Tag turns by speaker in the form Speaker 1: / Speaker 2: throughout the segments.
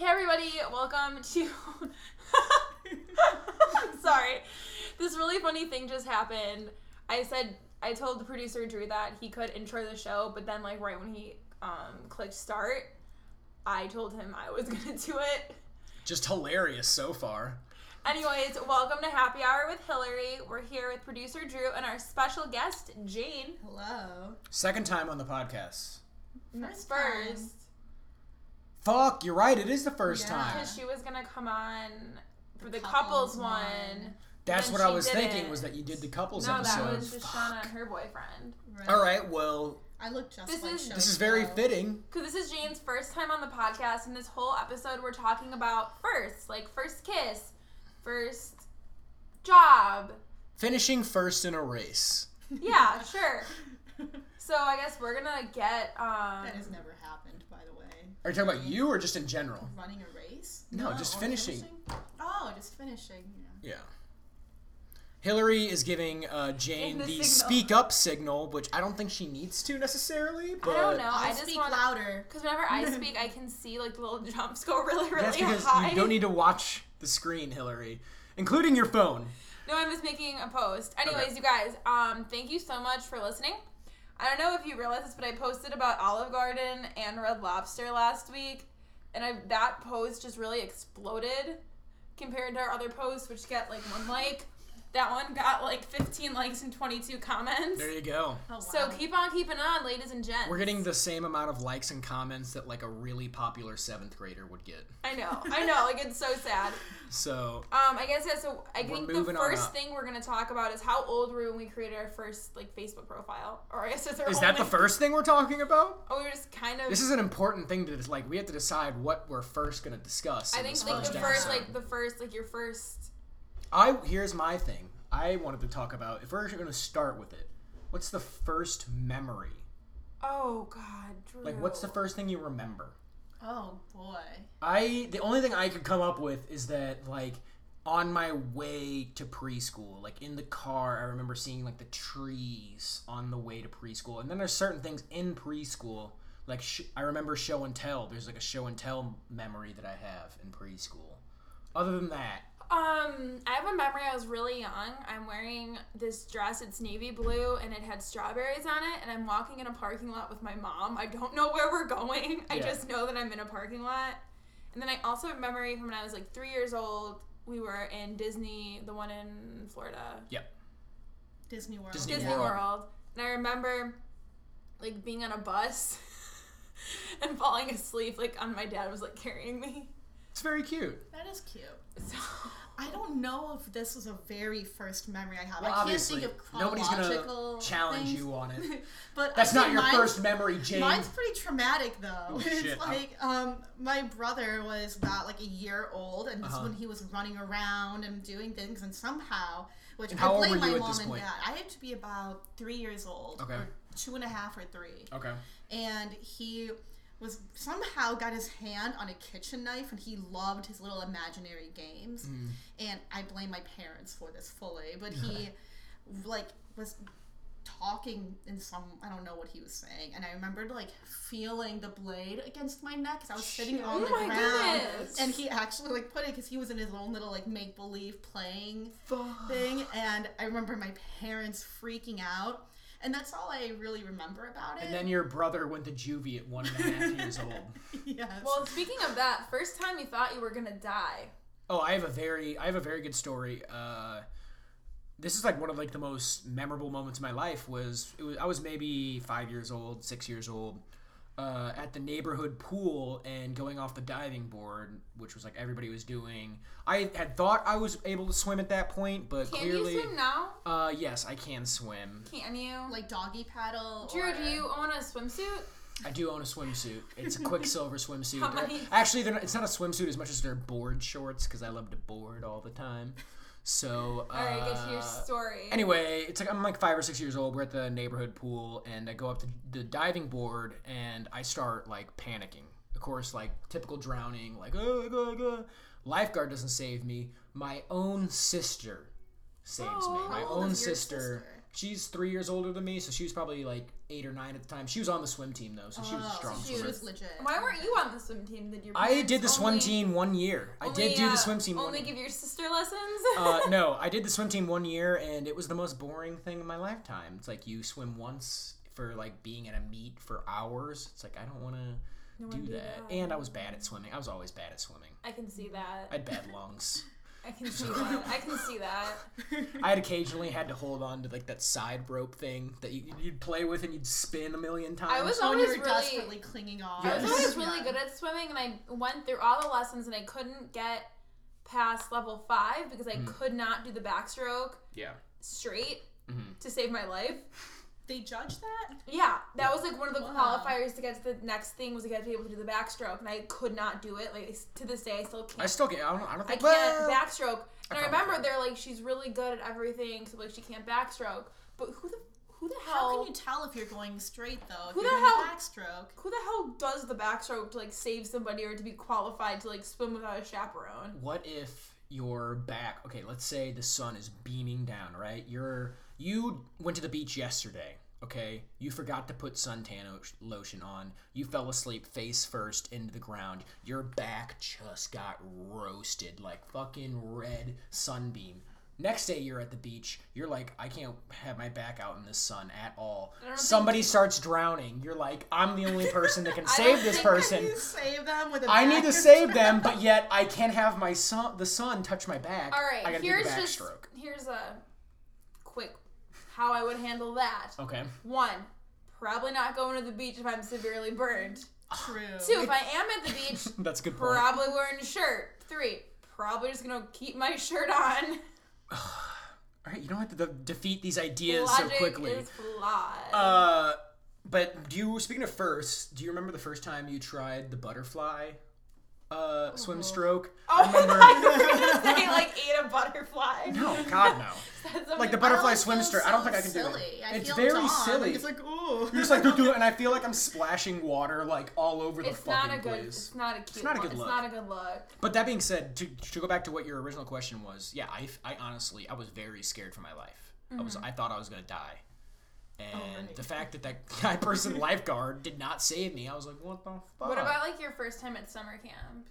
Speaker 1: everybody. Welcome to. Sorry. This really funny thing just happened. I said, I told the producer Drew that he could intro the show, but then, like, right when he um, clicked start, I told him I was going to do it.
Speaker 2: Just hilarious so far.
Speaker 1: Anyways, welcome to Happy Hour with Hillary. We're here with producer Drew and our special guest, Jane.
Speaker 3: Hello.
Speaker 2: Second time on the podcast.
Speaker 1: First.
Speaker 3: First
Speaker 1: First.
Speaker 2: Fuck, you're right. It is the first
Speaker 3: Yeah.
Speaker 2: time.
Speaker 1: Because she was going to come on for the,
Speaker 3: The
Speaker 1: couples,
Speaker 3: couples
Speaker 1: one.
Speaker 3: one.
Speaker 2: That's
Speaker 1: then
Speaker 2: what I
Speaker 1: she
Speaker 2: was thinking
Speaker 1: didn't.
Speaker 2: was that you did the couples
Speaker 1: No,
Speaker 2: episode.
Speaker 1: that was just
Speaker 2: Fuck.
Speaker 1: Shauna and her boyfriend.
Speaker 3: Right.
Speaker 2: All right, well,
Speaker 3: I look just
Speaker 1: This
Speaker 3: like
Speaker 1: is-
Speaker 3: Shauna
Speaker 2: this is very
Speaker 1: uh,
Speaker 3: Taylor.
Speaker 2: fitting.
Speaker 1: Because this is Jane's first time on the podcast, and this whole episode we're talking about first, like first kiss, first job.
Speaker 2: Finishing first in a race.
Speaker 1: Yeah, sure. So I guess we're gonna get um
Speaker 3: that has never happened, by the way.
Speaker 2: Are you talking about you or just in general?
Speaker 3: Running a race?
Speaker 2: No, just
Speaker 3: or
Speaker 2: finishing.
Speaker 3: Oh, just finishing. Yeah.
Speaker 2: Yeah. Hillary is giving uh, Jane
Speaker 1: the signal.
Speaker 2: the, speak up signal, which I don't think she needs to necessarily, but
Speaker 1: I don't know.
Speaker 3: I'll
Speaker 1: I just
Speaker 3: speak
Speaker 1: want
Speaker 3: louder.
Speaker 1: because whenever I speak, I can see like the little jumps go really, really
Speaker 2: that's because
Speaker 1: high.
Speaker 2: you don't need to watch the screen, Hillary, including your phone.
Speaker 1: No, I'm just making a post. Anyways,
Speaker 2: Okay.
Speaker 1: you guys, um, thank you so much for listening. I don't know if you realize this, but I posted about Olive Garden and Red Lobster last week, and I, that post just really exploded compared to our other posts, which get like one like. That one got like 15 likes and 22 comments.
Speaker 2: There you go.
Speaker 3: Oh, wow.
Speaker 1: So keep on keeping on, ladies and gents.
Speaker 2: We're getting the same amount of likes and comments that like a really popular seventh grader would get.
Speaker 1: I know, I know. Like it's so sad.
Speaker 2: So
Speaker 1: Um, I guess yeah. So I
Speaker 2: We're
Speaker 1: think the
Speaker 2: moving on
Speaker 1: first
Speaker 2: up.
Speaker 1: thing we're gonna talk about is how old were we when we created our first like Facebook profile, or I guess it's our
Speaker 2: is that the
Speaker 1: only-
Speaker 2: first thing we're talking about?
Speaker 1: Oh, we were just kind of.
Speaker 2: This is an important thing to just like we have to decide what we're first gonna discuss.
Speaker 1: I
Speaker 2: in
Speaker 1: think
Speaker 2: this
Speaker 1: like
Speaker 2: first
Speaker 1: the first,
Speaker 2: episode.
Speaker 1: like the first, like your first.
Speaker 2: I here's my thing. I wanted to talk about if we're gonna start with it. What's the first memory?
Speaker 1: Oh God, Drew.
Speaker 2: Like, what's the first thing you remember?
Speaker 3: Oh, boy.
Speaker 2: I the only thing I could come up with is that like on my way to preschool, like in the car, I remember seeing like the trees on the way to preschool, and then there's certain things in preschool. Like sh- I remember show and tell. There's like a show and tell memory that I have in preschool. Other than that,
Speaker 1: Um, I have a memory. I was really young. I'm wearing this dress. It's navy blue, and it had strawberries on it. And I'm walking in a parking lot with my mom. I don't know where we're going. I
Speaker 2: Yeah.
Speaker 1: just know that I'm in a parking lot. And then I also have a memory from when I was like three years old. We were in Disney, the one in Florida.
Speaker 2: yep,
Speaker 3: Disney World.
Speaker 2: Disney
Speaker 1: Disney
Speaker 2: World.
Speaker 1: World. And I remember like being on a bus and falling asleep like on my dad was like carrying me.
Speaker 2: it's very cute.
Speaker 3: That is cute.
Speaker 1: So
Speaker 3: I don't know if this was a very first memory I have.
Speaker 2: Well,
Speaker 3: I can't
Speaker 2: obviously,
Speaker 3: think of
Speaker 2: nobody's
Speaker 3: chronological
Speaker 2: gonna challenge
Speaker 3: things,
Speaker 2: you on it.
Speaker 3: But
Speaker 2: That's
Speaker 3: I
Speaker 2: not
Speaker 3: think
Speaker 2: your
Speaker 3: mine's-
Speaker 2: first memory, Jane.
Speaker 3: Mine's pretty traumatic though.
Speaker 2: Oh,
Speaker 3: it's
Speaker 2: shit.
Speaker 3: like um, my brother was about like a year old, and this
Speaker 2: Uh-huh.
Speaker 3: is when he was running around and doing things, and somehow, which
Speaker 2: And
Speaker 3: I
Speaker 2: how old were
Speaker 3: blame my
Speaker 2: you at
Speaker 3: mom
Speaker 2: this
Speaker 3: and
Speaker 2: point?
Speaker 3: dad. I had to be about three years old,
Speaker 2: Okay.
Speaker 3: or two and a half or three,
Speaker 2: Okay.
Speaker 3: and he was somehow got his hand on a kitchen knife, and he loved his little imaginary games,
Speaker 2: Mm.
Speaker 3: and I blame my parents for this fully, but he like was talking in some I don't know what he was saying and I remembered like feeling the blade against my neck because I was sitting on
Speaker 1: Oh
Speaker 3: the
Speaker 1: my
Speaker 3: ground
Speaker 1: goodness.
Speaker 3: and he actually like put it because he was in his own little like make believe playing thing and I remember my parents freaking out and that's all I really remember about it
Speaker 2: And then your brother went to juvie at one and a half years old.
Speaker 3: yes
Speaker 1: Well, speaking of that, first time you thought you were gonna die.
Speaker 2: Oh, I have a very I have a very good story. Uh, this is like one of like the most memorable moments of my life was it was I was maybe five years old, six years old, uh, at the neighborhood pool and going off the diving board, which was like everybody was doing. I had thought I was able to swim at that point, but
Speaker 1: Can
Speaker 2: clearly,
Speaker 1: you swim now?
Speaker 2: uh, yes, I can swim.
Speaker 1: Can you?
Speaker 3: like doggy paddle
Speaker 1: Drew,
Speaker 3: or-
Speaker 1: do you own a swimsuit?
Speaker 2: I do own a swimsuit. It's a quicksilver swimsuit.
Speaker 1: How
Speaker 2: They're-
Speaker 1: many-
Speaker 2: Actually, they're not, it's not a swimsuit as much as they're board shorts because I love to board all the time. So, uh,
Speaker 1: All right, get to your story.
Speaker 2: anyway, it's like I'm like five or six years old. We're at the neighborhood pool, and I go up to the diving board, and I start like panicking. Of course, like typical drowning, like oh, oh, oh. lifeguard doesn't save me. My own sister saves me.
Speaker 1: Oh,
Speaker 2: My
Speaker 3: How old
Speaker 2: own
Speaker 3: is your
Speaker 2: sister, She's three years older than me, so she was probably like eight or nine at the time. She was on the swim team though, so she was a
Speaker 3: Oh,
Speaker 2: strong
Speaker 3: so she
Speaker 2: swimmer.
Speaker 3: was legit.
Speaker 1: Why weren't you on the swim team? Did your
Speaker 2: I
Speaker 1: parents
Speaker 2: did the swim
Speaker 1: only-
Speaker 2: team one year. I
Speaker 1: only,
Speaker 2: did do
Speaker 1: uh,
Speaker 2: the swim team one
Speaker 1: Only
Speaker 2: year.
Speaker 1: give your sister lessons.
Speaker 2: uh, no, I did the swim team one year, and it was the most boring thing in my lifetime. It's like you swim once for like being at a meet for hours. It's like I don't want to
Speaker 1: No one
Speaker 2: do
Speaker 1: do
Speaker 2: that.
Speaker 1: that.
Speaker 2: And I was bad at swimming. I was always bad at swimming.
Speaker 1: I can see
Speaker 2: I
Speaker 1: that.
Speaker 2: had bad lungs.
Speaker 1: I can see that. I can see that.
Speaker 2: I had occasionally had to hold on to like that side rope thing that you, you'd play with and you'd spin a million times.
Speaker 1: was
Speaker 3: So when you
Speaker 1: always
Speaker 3: were
Speaker 1: really-
Speaker 3: desperately clinging on.
Speaker 1: I was always really
Speaker 3: Yeah.
Speaker 1: good at swimming, and I went through all the lessons, and I couldn't get past level five because
Speaker 2: Mm.
Speaker 1: I could not do the backstroke
Speaker 2: yeah.
Speaker 1: straight
Speaker 2: Mhm.
Speaker 1: to save my life.
Speaker 3: They judge that?
Speaker 1: Yeah, that was like one of the
Speaker 3: Wow.
Speaker 1: qualifiers to get to the next thing was to get to be able to do the backstroke, and I could not do it. Like it's- to this day, I still
Speaker 2: I
Speaker 1: can't.
Speaker 2: still get. I don't. I don't
Speaker 1: I
Speaker 2: think.
Speaker 1: can't
Speaker 2: well,
Speaker 1: backstroke. And
Speaker 2: I
Speaker 1: I,
Speaker 2: probably
Speaker 1: remember
Speaker 2: could.
Speaker 1: they're like, she's really good at everything, so like she can't backstroke. But who the who the hell
Speaker 3: How can you tell if you're going straight though? If
Speaker 1: Who
Speaker 3: you're
Speaker 1: the
Speaker 3: doing a
Speaker 1: hell-
Speaker 3: backstroke.
Speaker 1: who the hell does the backstroke to like save somebody or to be qualified to like swim without a chaperone?
Speaker 2: what if your back okay let's say the sun is beaming down right you're you went to the beach yesterday okay you forgot to put suntan o- lotion on you fell asleep face first into the ground your back just got roasted like fucking red sunbeam Next day, you're at the beach. You're like, I can't have my back out in the sun at all.
Speaker 1: don't think-
Speaker 2: Somebody starts drowning. You're like, I'm the only person that can
Speaker 1: I don't
Speaker 2: save this
Speaker 1: think I
Speaker 2: person.
Speaker 3: You save them with a
Speaker 2: I need to
Speaker 3: back-
Speaker 2: save them, but yet I can't have my son, the sun, touch my back.
Speaker 1: All
Speaker 2: I
Speaker 1: right,
Speaker 2: gotta
Speaker 1: here's
Speaker 2: do the
Speaker 1: just
Speaker 2: backstroke.
Speaker 1: here's a quick how I would handle that.
Speaker 2: Okay.
Speaker 1: One, probably not going to the beach if I'm severely burned.
Speaker 3: True.
Speaker 1: Two, if I am at the beach,
Speaker 2: That's a good point.
Speaker 1: probably wearing a shirt. Three, probably just gonna keep my shirt on.
Speaker 2: All right, you don't have to de- defeat these ideas
Speaker 1: Logic
Speaker 2: so quickly.
Speaker 1: is flawed.
Speaker 2: Uh, but do you speaking of first? Do you remember the first time you tried the butterfly uh, swim stroke?
Speaker 1: Uh-huh. oh,
Speaker 2: I
Speaker 1: I thought
Speaker 2: remember.
Speaker 1: you were gonna say like ate a butterfly.
Speaker 2: no, God no. Like the butterfly swim stroke. I don't think I can do it.
Speaker 3: silly. I
Speaker 2: it's
Speaker 3: feel
Speaker 2: very
Speaker 3: dumb.
Speaker 2: silly.
Speaker 3: It's like, ooh.
Speaker 2: You're just like, "Do, do," and I feel like I'm splashing water like all over the
Speaker 1: It's
Speaker 2: fucking
Speaker 1: not a good.
Speaker 2: place.
Speaker 1: It's not a cute. It's
Speaker 2: not a
Speaker 1: one.
Speaker 2: good
Speaker 1: It's
Speaker 2: look.
Speaker 1: not a good look.
Speaker 2: But that being said, to, to go back to what your original question was, yeah, I, I honestly I was very scared for my life. I was I thought I was gonna die, and
Speaker 3: right.
Speaker 2: the fact that that guy person lifeguard did not save me, I was like, what the fuck?
Speaker 1: What about like your first time at summer camp?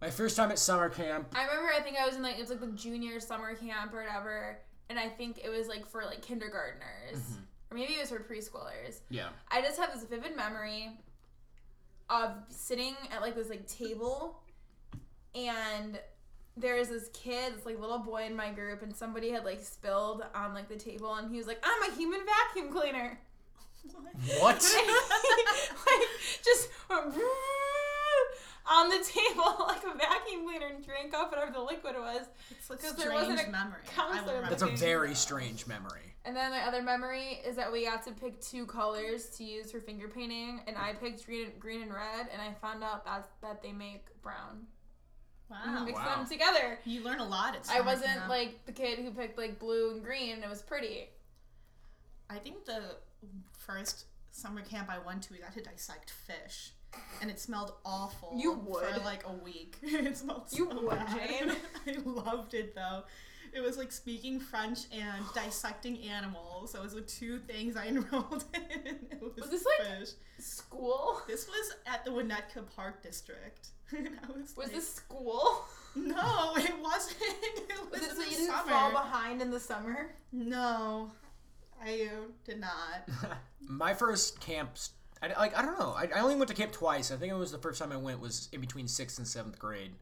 Speaker 2: my first time at summer camp?
Speaker 1: I remember I think I was in like it was like the junior summer camp or whatever, and I think it was like for like kindergartners or maybe it was for preschoolers.
Speaker 2: Yeah,
Speaker 1: I just have this vivid memory of sitting at like this like table and there is this kid, this like little boy in my group, and somebody had like spilled on like the table and he was like, I'm a human vacuum cleaner.
Speaker 2: what?
Speaker 1: like just went on the table like a vacuum cleaner and drank off whatever the liquid was.
Speaker 3: It's like
Speaker 1: 'Cause
Speaker 3: strange
Speaker 1: there wasn't a
Speaker 3: memory. I
Speaker 1: counselor
Speaker 3: wouldn't
Speaker 1: back
Speaker 2: That's
Speaker 3: remember.
Speaker 2: a very strange memory.
Speaker 1: And then my other memory is that we got to pick two colors to use for finger painting, and I picked green, green and red, and I found out that that they make brown.
Speaker 3: Wow.
Speaker 1: Mix
Speaker 2: Wow.
Speaker 1: them together.
Speaker 3: You learn a lot at
Speaker 1: I
Speaker 3: summer
Speaker 1: wasn't
Speaker 3: camp.
Speaker 1: like the kid who picked like blue and green, and it was pretty.
Speaker 3: I think the first summer camp I went to, we got to dissect fish. And it smelled awful.
Speaker 1: You would.
Speaker 3: For like a week. it smelled
Speaker 1: You
Speaker 3: so
Speaker 1: would,
Speaker 3: bad.
Speaker 1: Jane.
Speaker 3: I loved it though. It was like speaking French and dissecting animals. Those were two things I enrolled in. It was,
Speaker 1: Was this, like,
Speaker 3: fish.
Speaker 1: School
Speaker 3: This was at the Winnetka Park District. And I was,
Speaker 1: was
Speaker 3: like,
Speaker 1: this school?
Speaker 3: No, it wasn't. It
Speaker 1: Was
Speaker 3: was,
Speaker 1: this
Speaker 3: in
Speaker 1: so
Speaker 3: the
Speaker 1: you didn't
Speaker 3: summer.
Speaker 1: fall behind in the summer?
Speaker 3: No, I uh, did not.
Speaker 2: my first camps, I, like I don't know, I, I only went to camp twice. I think it was the first time I went was in between sixth and seventh grade.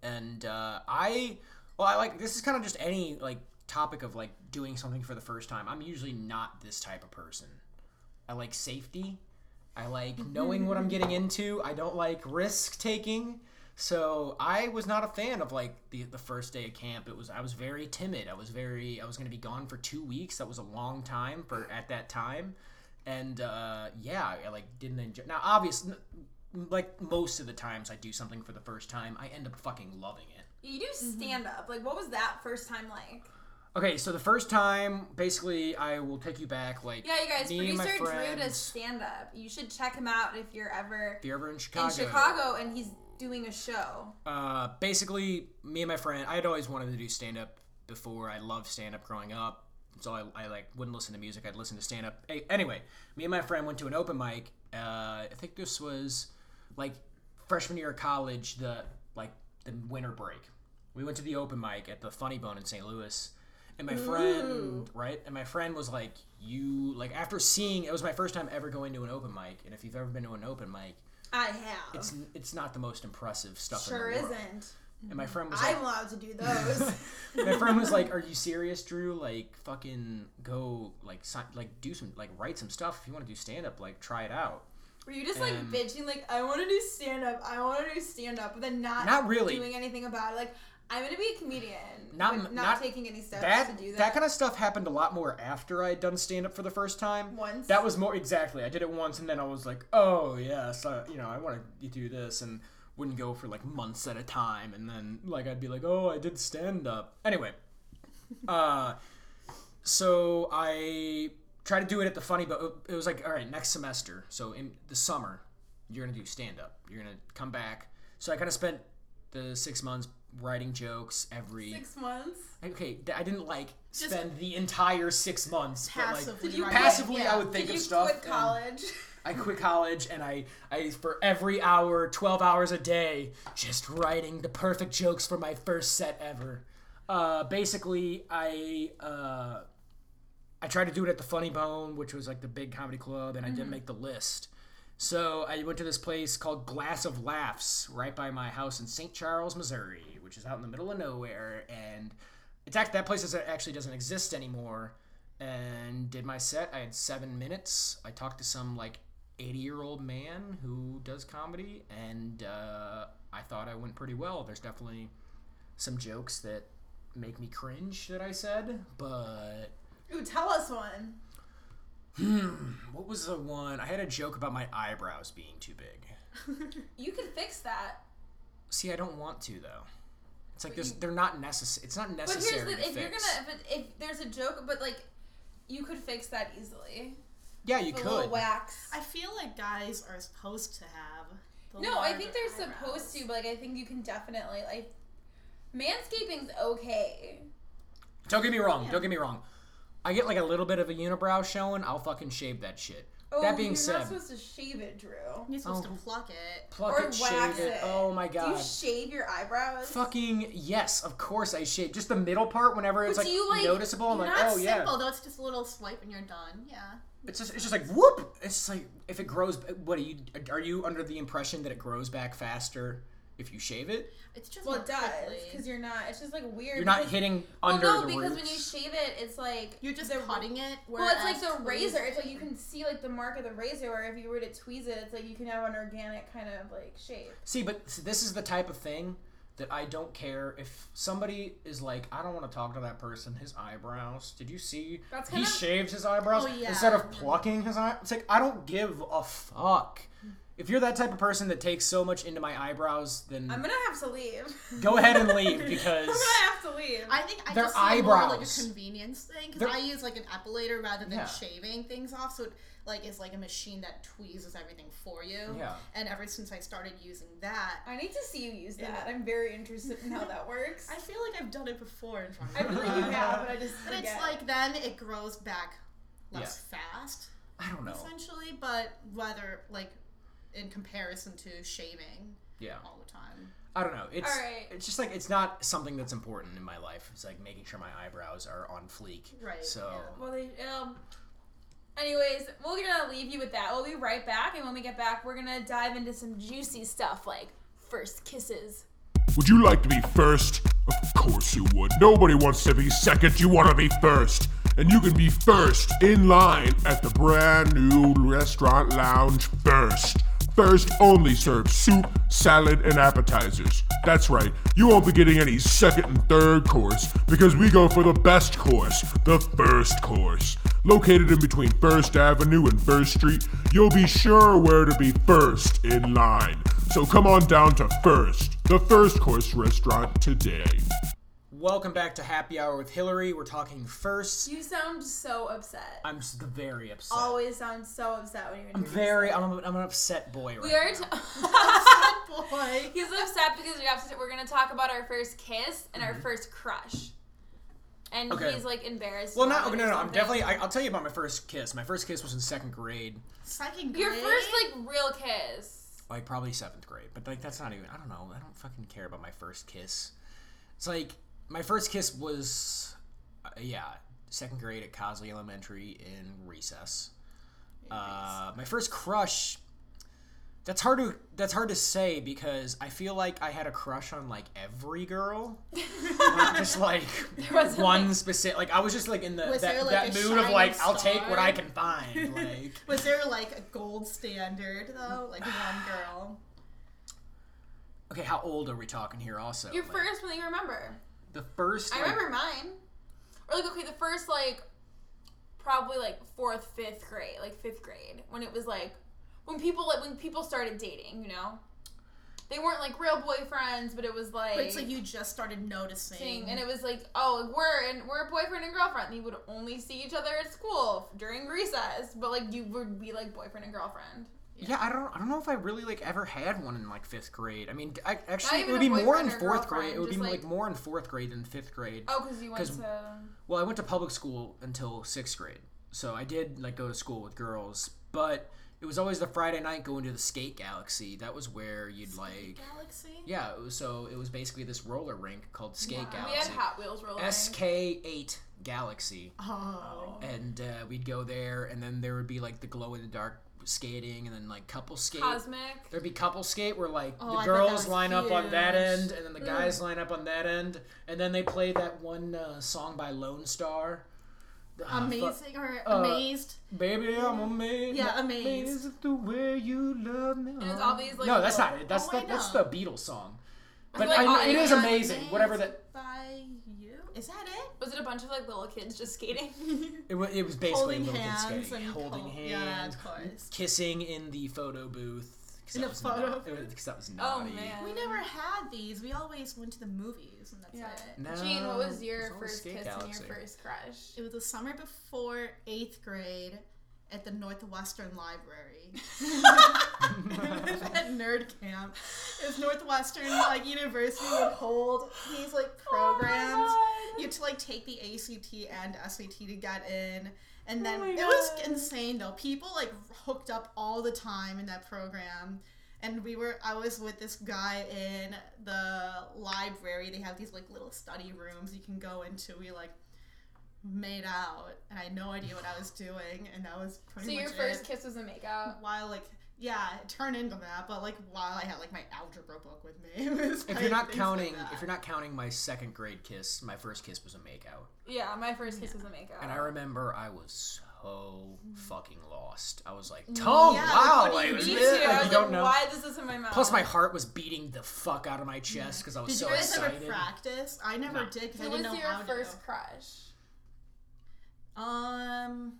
Speaker 2: and uh, I well I like this is kind of just any like topic of like doing something for the first time. I'm usually not this type of person. I like safety. I like knowing what I'm getting into. I don't like risk taking. So I was not a fan of like the the first day of camp. It was I was very timid. I was very I was going to be gone for 2 weeks. That was a long time for at that time. And uh yeah, I like didn't enjoy. Now obviously like most of the times I do something for the first time, I end up fucking loving it.
Speaker 1: You do stand up. Like, what was that first time like?
Speaker 2: Okay, so the first time, basically, I will take you back. Like,
Speaker 1: Yeah, you guys.
Speaker 2: me and my
Speaker 1: producer Drew does
Speaker 2: friends,
Speaker 1: stand up. You should check him out if you're ever
Speaker 2: if you're ever in Chicago,
Speaker 1: in Chicago and he's doing a show.
Speaker 2: Uh, basically, me and my friend, I had always wanted to do stand up before. I loved stand up growing up. so I, I like wouldn't listen to music. I'd listen to stand up. Hey, anyway, me and my friend went to an open mic. Uh, I think this was like freshman year of college, the like the winter break. We went to the open mic at the Funny Bone in St. Louis, and my friend, right? And my friend was like, "You like after seeing it was my first time ever going to an open mic, and if you've ever been to an open mic,
Speaker 4: I have.
Speaker 2: it's it's not the most impressive stuff.
Speaker 4: sure
Speaker 2: in the world.
Speaker 4: isn't.
Speaker 2: And my friend was like,
Speaker 4: I'm allowed to do those.
Speaker 2: my friend was like, "Are you serious, Drew? Like, fucking go, like, si- like do some, like, write some stuff. If you want to do stand up, like, try it out."
Speaker 4: Were you just like
Speaker 2: Um,
Speaker 4: bitching, like I want to do stand up, I want to do stand up, but then not
Speaker 2: Not really.
Speaker 4: doing anything about it? Like I'm gonna be a comedian,
Speaker 2: Not-
Speaker 4: not not,
Speaker 2: not-
Speaker 4: taking any steps
Speaker 2: That
Speaker 4: to do
Speaker 2: that.
Speaker 4: that.
Speaker 2: kind of stuff happened a lot more after I had done stand up for the first time.
Speaker 4: Once.
Speaker 2: That was more exactly. I did it once, and then I was like, "Oh yes, I, you know, I want to do this," and wouldn't go for like months at a time, and then like I'd be like, "Oh, I did stand up." Anyway, uh, so I tried to do it at the funny, but it was like, all right, next semester, so in the summer, you're gonna do stand up. You're gonna come back. So I kind of spent the six months writing jokes every
Speaker 4: Six months.
Speaker 2: okay th- i didn't like spend the entire six months but, like,
Speaker 3: Passively
Speaker 4: Did you
Speaker 3: write
Speaker 4: quit?
Speaker 2: passively
Speaker 4: Yeah.
Speaker 2: i would think
Speaker 4: Did
Speaker 2: of
Speaker 4: you
Speaker 2: stuff
Speaker 4: Quit
Speaker 2: and
Speaker 4: college.
Speaker 2: i quit college and i i for every hour 12 hours a day just writing the perfect jokes for my first set ever uh basically i uh i tried to do it at the funny bone which was like the big comedy club and i didn't make the list so I went to this place called Glass of Laughs right by my house in St. Charles, Missouri, which is out in the middle of nowhere. And it's act- that place doesn't, actually doesn't exist anymore. And did my set. I had seven minutes. I talked to some like 80 year old man who does comedy, and uh, I thought I went pretty well. There's definitely some jokes that make me cringe that I said, but
Speaker 4: Ooh, tell us one.
Speaker 2: hmm, what was the one? I had a joke about my eyebrows being too big.
Speaker 1: You can fix that.
Speaker 2: See, I don't want to though. It's like this, they're not necessary. It's not
Speaker 1: But here's
Speaker 2: necessary
Speaker 1: the
Speaker 2: to
Speaker 1: if
Speaker 2: fix.
Speaker 1: you're gonna if, it, if there's a joke, but like you could fix that easily.
Speaker 2: yeah, you
Speaker 1: With a little
Speaker 2: could.
Speaker 1: wax.
Speaker 3: I feel like guys are supposed to have. The
Speaker 1: No, I think
Speaker 3: larger
Speaker 1: they're
Speaker 3: eyebrows.
Speaker 1: supposed to, but like I think you can definitely like manscaping's okay.
Speaker 2: Don't get me wrong. Don't get me wrong. I get like a little bit of a unibrow showing. I'll fucking shave that shit.
Speaker 4: Oh,
Speaker 2: that being
Speaker 4: you're
Speaker 2: said,
Speaker 4: not supposed to shave it, Drew.
Speaker 3: You're supposed
Speaker 2: Oh.
Speaker 3: to pluck it.
Speaker 2: pluck
Speaker 1: or
Speaker 2: it, shave
Speaker 1: wax
Speaker 2: it.
Speaker 1: it.
Speaker 2: Oh my
Speaker 4: Do
Speaker 2: god.
Speaker 4: you shave your eyebrows?
Speaker 2: fucking yes, of course I shave. Just the middle part whenever it's
Speaker 1: But
Speaker 2: like,
Speaker 1: do you, like-
Speaker 2: noticeable. I'm
Speaker 3: You're
Speaker 2: like,
Speaker 3: not
Speaker 2: oh
Speaker 3: simple
Speaker 2: yeah.
Speaker 3: though. It's just a little swipe and you're done. Yeah.
Speaker 2: It's just it's just like whoop. It's just like if it grows. What are you? Are you under the impression that it grows back faster if you shave it?
Speaker 3: It's just
Speaker 1: Well,
Speaker 3: more
Speaker 1: it does
Speaker 3: prickly.
Speaker 1: because you're not. It's just like weird.
Speaker 2: You're not
Speaker 1: because-
Speaker 2: hitting
Speaker 1: Well,
Speaker 2: under
Speaker 1: no,
Speaker 2: the
Speaker 1: because when
Speaker 2: roots.
Speaker 1: you shave it, it's like
Speaker 3: You're just
Speaker 1: the-
Speaker 3: cutting it.
Speaker 1: Well, it's like
Speaker 3: whereas
Speaker 1: the razor. It's like
Speaker 3: tweezing-
Speaker 1: you can see like the mark of the razor. Where if you were to tweeze it, it's like you can have an organic kind of like shape.
Speaker 2: See, but s- this is the type of thing that I don't care if somebody is like, I don't want to talk to that person. His eyebrows. Did you see?
Speaker 1: That's
Speaker 2: he
Speaker 1: kinda-
Speaker 2: shaved his eyebrows
Speaker 3: Oh, yeah.
Speaker 2: instead of plucking his eye. It's like I don't give a fuck. If you're that type of person that takes so much into my eyebrows, then
Speaker 1: I'm gonna have to leave.
Speaker 2: go ahead and leave
Speaker 1: I'm
Speaker 2: because
Speaker 1: gonna have to leave.
Speaker 3: I think I
Speaker 2: Their
Speaker 3: just see it more like
Speaker 2: eyebrows.
Speaker 3: a convenience thing
Speaker 2: Their-
Speaker 3: because I use like an epilator rather than
Speaker 2: Yeah.
Speaker 3: shaving things off. So it like is like a machine that tweezes everything for you.
Speaker 2: yeah.
Speaker 3: And ever since I started using that,
Speaker 1: I need to see you use
Speaker 3: Yeah.
Speaker 1: that. I'm very interested in how that works.
Speaker 3: I feel like I've done it before in front
Speaker 1: I
Speaker 3: of
Speaker 1: feel like
Speaker 3: me.
Speaker 1: you have, but I just
Speaker 3: But it's
Speaker 1: forget.
Speaker 3: like then it grows back less fast,
Speaker 2: I don't know.
Speaker 3: essentially. But whether like in comparison to shaving
Speaker 2: Yeah,
Speaker 3: all the time.
Speaker 2: I don't know. It's
Speaker 1: Alright.
Speaker 2: it's just like it's not something that's important in my life. It's like making sure my eyebrows are on fleek.
Speaker 3: Right,
Speaker 2: So
Speaker 3: yeah.
Speaker 1: Well, they, um. Anyways, we're gonna leave you with that. We'll be right back, and when we get back, we're gonna dive into some juicy stuff like first kisses.
Speaker 5: Would you like to be first? Of course you would. Nobody wants to be second. You want to be first. And you can be first in line at the brand new restaurant lounge first. First only serves soup, salad, and appetizers. That's right, you won't be getting any second and third course because we go for the best course, the first course. Located in between First Avenue and First Street, you'll be sure where to be first in line. So come on down to First, the first course restaurant today.
Speaker 2: Welcome back to Happy Hour with Hillary. We're talking first.
Speaker 1: You sound so upset.
Speaker 2: I'm s- very upset.
Speaker 1: Always sound so upset when you introduce.
Speaker 2: Very. I'm, a- I'm an upset boy right
Speaker 1: We are.
Speaker 2: now.
Speaker 1: T-
Speaker 3: Boy.
Speaker 1: He's upset because we have to, we're gonna talk about our first kiss and our first crush. and
Speaker 2: Mm-hmm. Okay.
Speaker 1: he's like embarrassed.
Speaker 2: Well,
Speaker 1: about
Speaker 2: not
Speaker 1: it
Speaker 2: okay, no,
Speaker 1: or
Speaker 2: no. I'm
Speaker 1: something.
Speaker 2: definitely. I, I'll tell you about my first kiss. My first kiss was in second grade,
Speaker 3: Second grade.
Speaker 1: your first like real kiss.
Speaker 2: like probably seventh grade. But like that's not even. I don't know. I don't fucking care about my first kiss. It's like my first kiss was, uh, yeah, second grade at Cosley Elementary in recess. Uh, my first crush. That's hard to that's hard to say because I feel like I had a crush on like every girl, not just like
Speaker 1: wasn't,
Speaker 2: one specific. Like I was just like in the
Speaker 3: Was
Speaker 2: that,
Speaker 3: there, like,
Speaker 2: that
Speaker 3: a
Speaker 2: mood of
Speaker 3: shining
Speaker 2: like I'll take what
Speaker 3: star?
Speaker 2: I can find. Like
Speaker 3: Was there like a gold standard though? Like one girl.
Speaker 2: okay, how old are we talking here? Also,
Speaker 1: Your
Speaker 2: Like,
Speaker 1: first one that you remember.
Speaker 2: the first
Speaker 1: I
Speaker 2: like,
Speaker 1: remember mine. Or like okay, the first like probably like fourth, fifth grade, like fifth grade, when it was like when people like when people started dating, you know? They weren't like real boyfriends, but it was like,
Speaker 3: But it's like you just started noticing.
Speaker 1: thing, and it was like, oh, we're and we're a boyfriend and girlfriend. You would only see each other at school during recess, but like you would be like boyfriend and girlfriend.
Speaker 2: Yeah, I don't. I don't know if I really like ever had one in like fifth grade. I mean, I, actually, it
Speaker 1: even
Speaker 2: would
Speaker 1: a
Speaker 2: be more in
Speaker 1: boyfriend or
Speaker 2: fourth grade. It
Speaker 1: girlfriend,
Speaker 2: would be
Speaker 1: just,
Speaker 2: like,
Speaker 1: like-
Speaker 2: more in fourth grade than fifth grade.
Speaker 1: Oh, because you went
Speaker 2: 'Cause-
Speaker 1: to
Speaker 2: Well, I went to public school until sixth grade, so I did like go to school with girls, but it was always the Friday night going to the skate galaxy. That was where you'd like.
Speaker 3: Galaxy.
Speaker 2: Yeah, it was, so it was basically this roller rink called Skate
Speaker 1: we had
Speaker 2: Galaxy.
Speaker 1: Hot Wheels rolling.
Speaker 2: SK8 Galaxy.
Speaker 3: Oh.
Speaker 2: And uh, we'd go there, and then there would be like the glow in the dark skating, and then like couple skate.
Speaker 1: Cosmic.
Speaker 2: There'd be couple skate where like the
Speaker 3: Oh, I bet that
Speaker 2: girls
Speaker 3: was
Speaker 2: line up on that end,
Speaker 3: huge.
Speaker 2: and then the guys line up on that end, and then they play that one uh, song by Lone Star. Ah, fu-
Speaker 3: Amazing or
Speaker 2: uh,
Speaker 3: amazed.
Speaker 2: Baby, I'm amazed.
Speaker 3: Yeah, amazed.
Speaker 2: at the way you love me.
Speaker 1: And it's all these, like,
Speaker 2: no, that's
Speaker 1: little-
Speaker 2: not it. That's
Speaker 3: Oh,
Speaker 2: the
Speaker 3: I
Speaker 2: that's the
Speaker 3: know.
Speaker 2: Beatles song. But
Speaker 1: like,
Speaker 2: I
Speaker 1: all
Speaker 2: know, it
Speaker 1: the
Speaker 2: is
Speaker 1: guys-
Speaker 2: amazing. Whatever that
Speaker 3: By you. Is that it?
Speaker 1: Was it a bunch of like little kids just skating?
Speaker 2: it, wa- it was basically
Speaker 3: Holding
Speaker 2: little kids
Speaker 3: hands
Speaker 2: skating,
Speaker 3: and
Speaker 2: holding
Speaker 3: col-
Speaker 2: hands,
Speaker 3: Yeah, of course.
Speaker 2: kissing in the photo booth. 'cause
Speaker 3: In
Speaker 2: that
Speaker 3: the
Speaker 2: was
Speaker 3: photo
Speaker 2: na- it was- 'cause that was
Speaker 1: Oh
Speaker 2: naughty.
Speaker 1: man.
Speaker 3: We never had these. We always went to the movies, and that's
Speaker 1: Yeah.
Speaker 3: it.
Speaker 2: No,
Speaker 1: Gene, what was
Speaker 2: it
Speaker 1: your
Speaker 2: Oh, always
Speaker 1: first
Speaker 2: Skate
Speaker 1: kiss
Speaker 2: Galaxy.
Speaker 1: and your first crush?
Speaker 3: It was the summer before eighth grade at the Northwestern Library. at nerd camp. It was Northwestern like university would hold these like
Speaker 1: Oh
Speaker 3: programs. you had to like take the ACT and SAT to get in. And then
Speaker 1: Oh my
Speaker 3: it was
Speaker 1: God.
Speaker 3: insane though. People like hooked up all the time in that program. And we were I was with this guy in the library. They have these like little study rooms you can go into. We like made out and I had no idea what I was doing and that was pretty
Speaker 1: So
Speaker 3: much
Speaker 1: your
Speaker 3: it
Speaker 1: first kiss was a makeout.
Speaker 3: while like yeah it turned into that but like while i had like my algebra book with me it was
Speaker 2: If
Speaker 3: like
Speaker 2: you're not
Speaker 3: things
Speaker 2: counting,
Speaker 3: like
Speaker 2: if you're not counting my second grade kiss, my first kiss was a makeout,
Speaker 1: Yeah, my first kiss was a makeout.
Speaker 2: and I remember I was so fucking lost. I was like, "Tom, wow,
Speaker 3: Mm. what do
Speaker 2: like,
Speaker 3: you
Speaker 2: was
Speaker 1: Me
Speaker 2: it?"
Speaker 1: too.
Speaker 2: Like,
Speaker 1: I
Speaker 2: you
Speaker 1: was
Speaker 2: don't
Speaker 1: like,
Speaker 2: know.
Speaker 1: why is this in my mouth?
Speaker 2: Plus, my heart was beating the fuck out of my chest because I was
Speaker 3: did
Speaker 2: so
Speaker 3: you guys
Speaker 2: excited.
Speaker 3: ever practice i never
Speaker 2: No.
Speaker 3: did because i
Speaker 1: Who
Speaker 3: didn't
Speaker 1: was
Speaker 3: know
Speaker 1: your
Speaker 3: how
Speaker 1: first
Speaker 3: to
Speaker 1: crush?
Speaker 3: um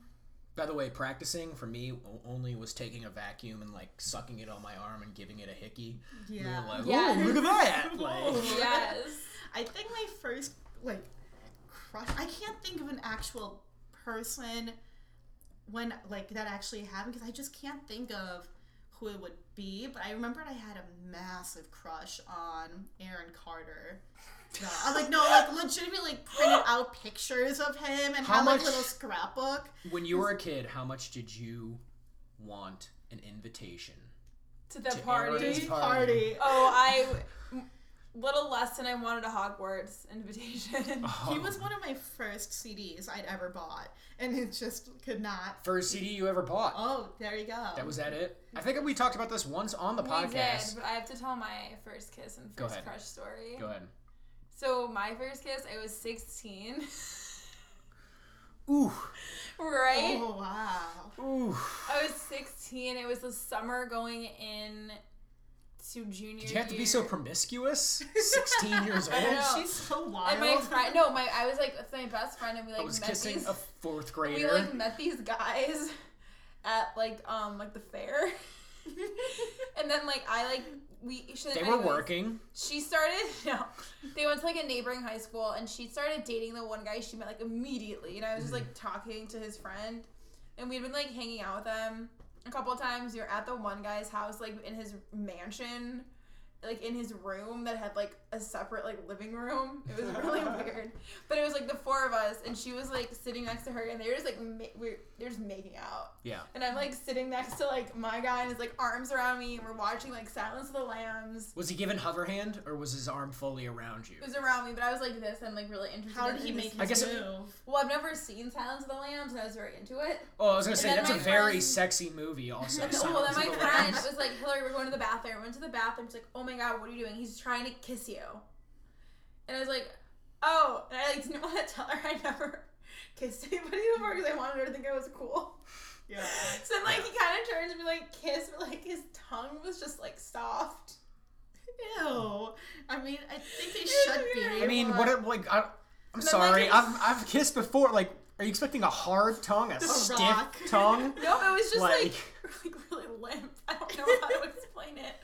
Speaker 2: By the way, practicing for me o- only was taking a vacuum and like sucking it on my arm and giving it a hickey.
Speaker 3: yeah
Speaker 2: And you're like,
Speaker 1: Yeah.
Speaker 2: "Ooh, look at that! Like,
Speaker 3: Ooh.
Speaker 1: Yes.
Speaker 3: i think my first like crush i can't think of an actual person when like that actually happened because i just can't think of who it would be but i remembered i had a massive crush on aaron carter Yeah, I'm like no, like legitimately like printed out pictures of him and
Speaker 2: How
Speaker 3: had like
Speaker 2: much-
Speaker 3: little scrapbook.
Speaker 2: when you were a kid, how much did you want an invitation?
Speaker 1: To the
Speaker 2: To Aaron's
Speaker 1: party.
Speaker 2: party.
Speaker 3: Party.
Speaker 1: Oh, I m- little less than I wanted a Hogwarts invitation.
Speaker 2: Oh,
Speaker 3: He was one of my first CDs I'd ever bought, and it just could not.
Speaker 2: First CD you ever bought?
Speaker 3: Oh, there you go.
Speaker 2: That was that it? I think we talked about this once on the
Speaker 1: We did,
Speaker 2: podcast.
Speaker 1: but I have to tell my first kiss and
Speaker 2: Go
Speaker 1: first
Speaker 2: ahead.
Speaker 1: crush story.
Speaker 2: Go ahead.
Speaker 1: So my first kiss, I was 16,
Speaker 2: Ooh,
Speaker 1: right?
Speaker 3: Oh wow.
Speaker 2: ooh.
Speaker 1: I was 16. It was the summer going in to junior.
Speaker 2: Did you have to be so
Speaker 1: year.
Speaker 2: promiscuous? 16 years
Speaker 1: I
Speaker 2: old?
Speaker 1: know.
Speaker 3: She's so wild.
Speaker 1: And my friend, no, my I was like with my best friend, and we
Speaker 2: I
Speaker 1: like
Speaker 2: was
Speaker 1: met
Speaker 2: kissing
Speaker 1: these.
Speaker 2: a fourth
Speaker 1: we
Speaker 2: grader.
Speaker 1: like met these guys at like um like the fair, and then like I like we. She,
Speaker 2: they were
Speaker 1: anyways,
Speaker 2: working.
Speaker 1: She started no, they went to like a neighboring high school, and she started dating the one guy she met like immediately, and I was just like talking to his friend, and we'd been like hanging out with them a couple of times. We were at the one guy's house, like in his mansion, like in his room that had like a a separate like living room. It was really weird, but it was like the four of us, and she was like sitting next to her, and they were just like ma- we they're just making out,
Speaker 2: Yeah.
Speaker 1: and I'm like sitting next to like my guy, and his like arms around me, and we're watching like Silence of the Lambs.
Speaker 2: Was he given hover hand or was his arm fully around you?
Speaker 1: It was around me, but I was like this. I'm like really interested.
Speaker 3: How did
Speaker 1: in
Speaker 3: he
Speaker 1: this-
Speaker 3: make his
Speaker 2: I guess it-
Speaker 3: move?
Speaker 1: Well, I've never seen Silence of the Lambs, and I was very into it.
Speaker 2: Oh, I was gonna say
Speaker 1: then
Speaker 2: that's a
Speaker 1: my
Speaker 2: very
Speaker 1: friend-
Speaker 2: sexy movie. Also,
Speaker 1: well, then
Speaker 2: Silence
Speaker 1: my
Speaker 2: of the
Speaker 1: friend
Speaker 2: Lambs.
Speaker 1: was like, Hillary, we're going to the bathroom. Went to the bathroom. She's like, oh my god, what are you doing? He's trying to kiss you. And I was like, oh. And I like didn't want to tell her I never kissed anybody before because I wanted her to think I was cool.
Speaker 3: Yeah.
Speaker 1: So then, like, he kind of turns and be like, kiss, but like his tongue was just like soft.
Speaker 3: Ew. I mean, I think they
Speaker 1: It's
Speaker 3: should
Speaker 1: weird.
Speaker 3: be.
Speaker 2: I mean, what? Are, like, I, I'm
Speaker 1: then, like,
Speaker 2: sorry.
Speaker 1: it
Speaker 2: I've,
Speaker 1: was-
Speaker 2: I've kissed before. Like, are you expecting a hard tongue, a stiff
Speaker 3: rock.
Speaker 2: tongue?
Speaker 1: No, it was just like,
Speaker 2: Like-
Speaker 1: like really limp. I don't know how to explain it.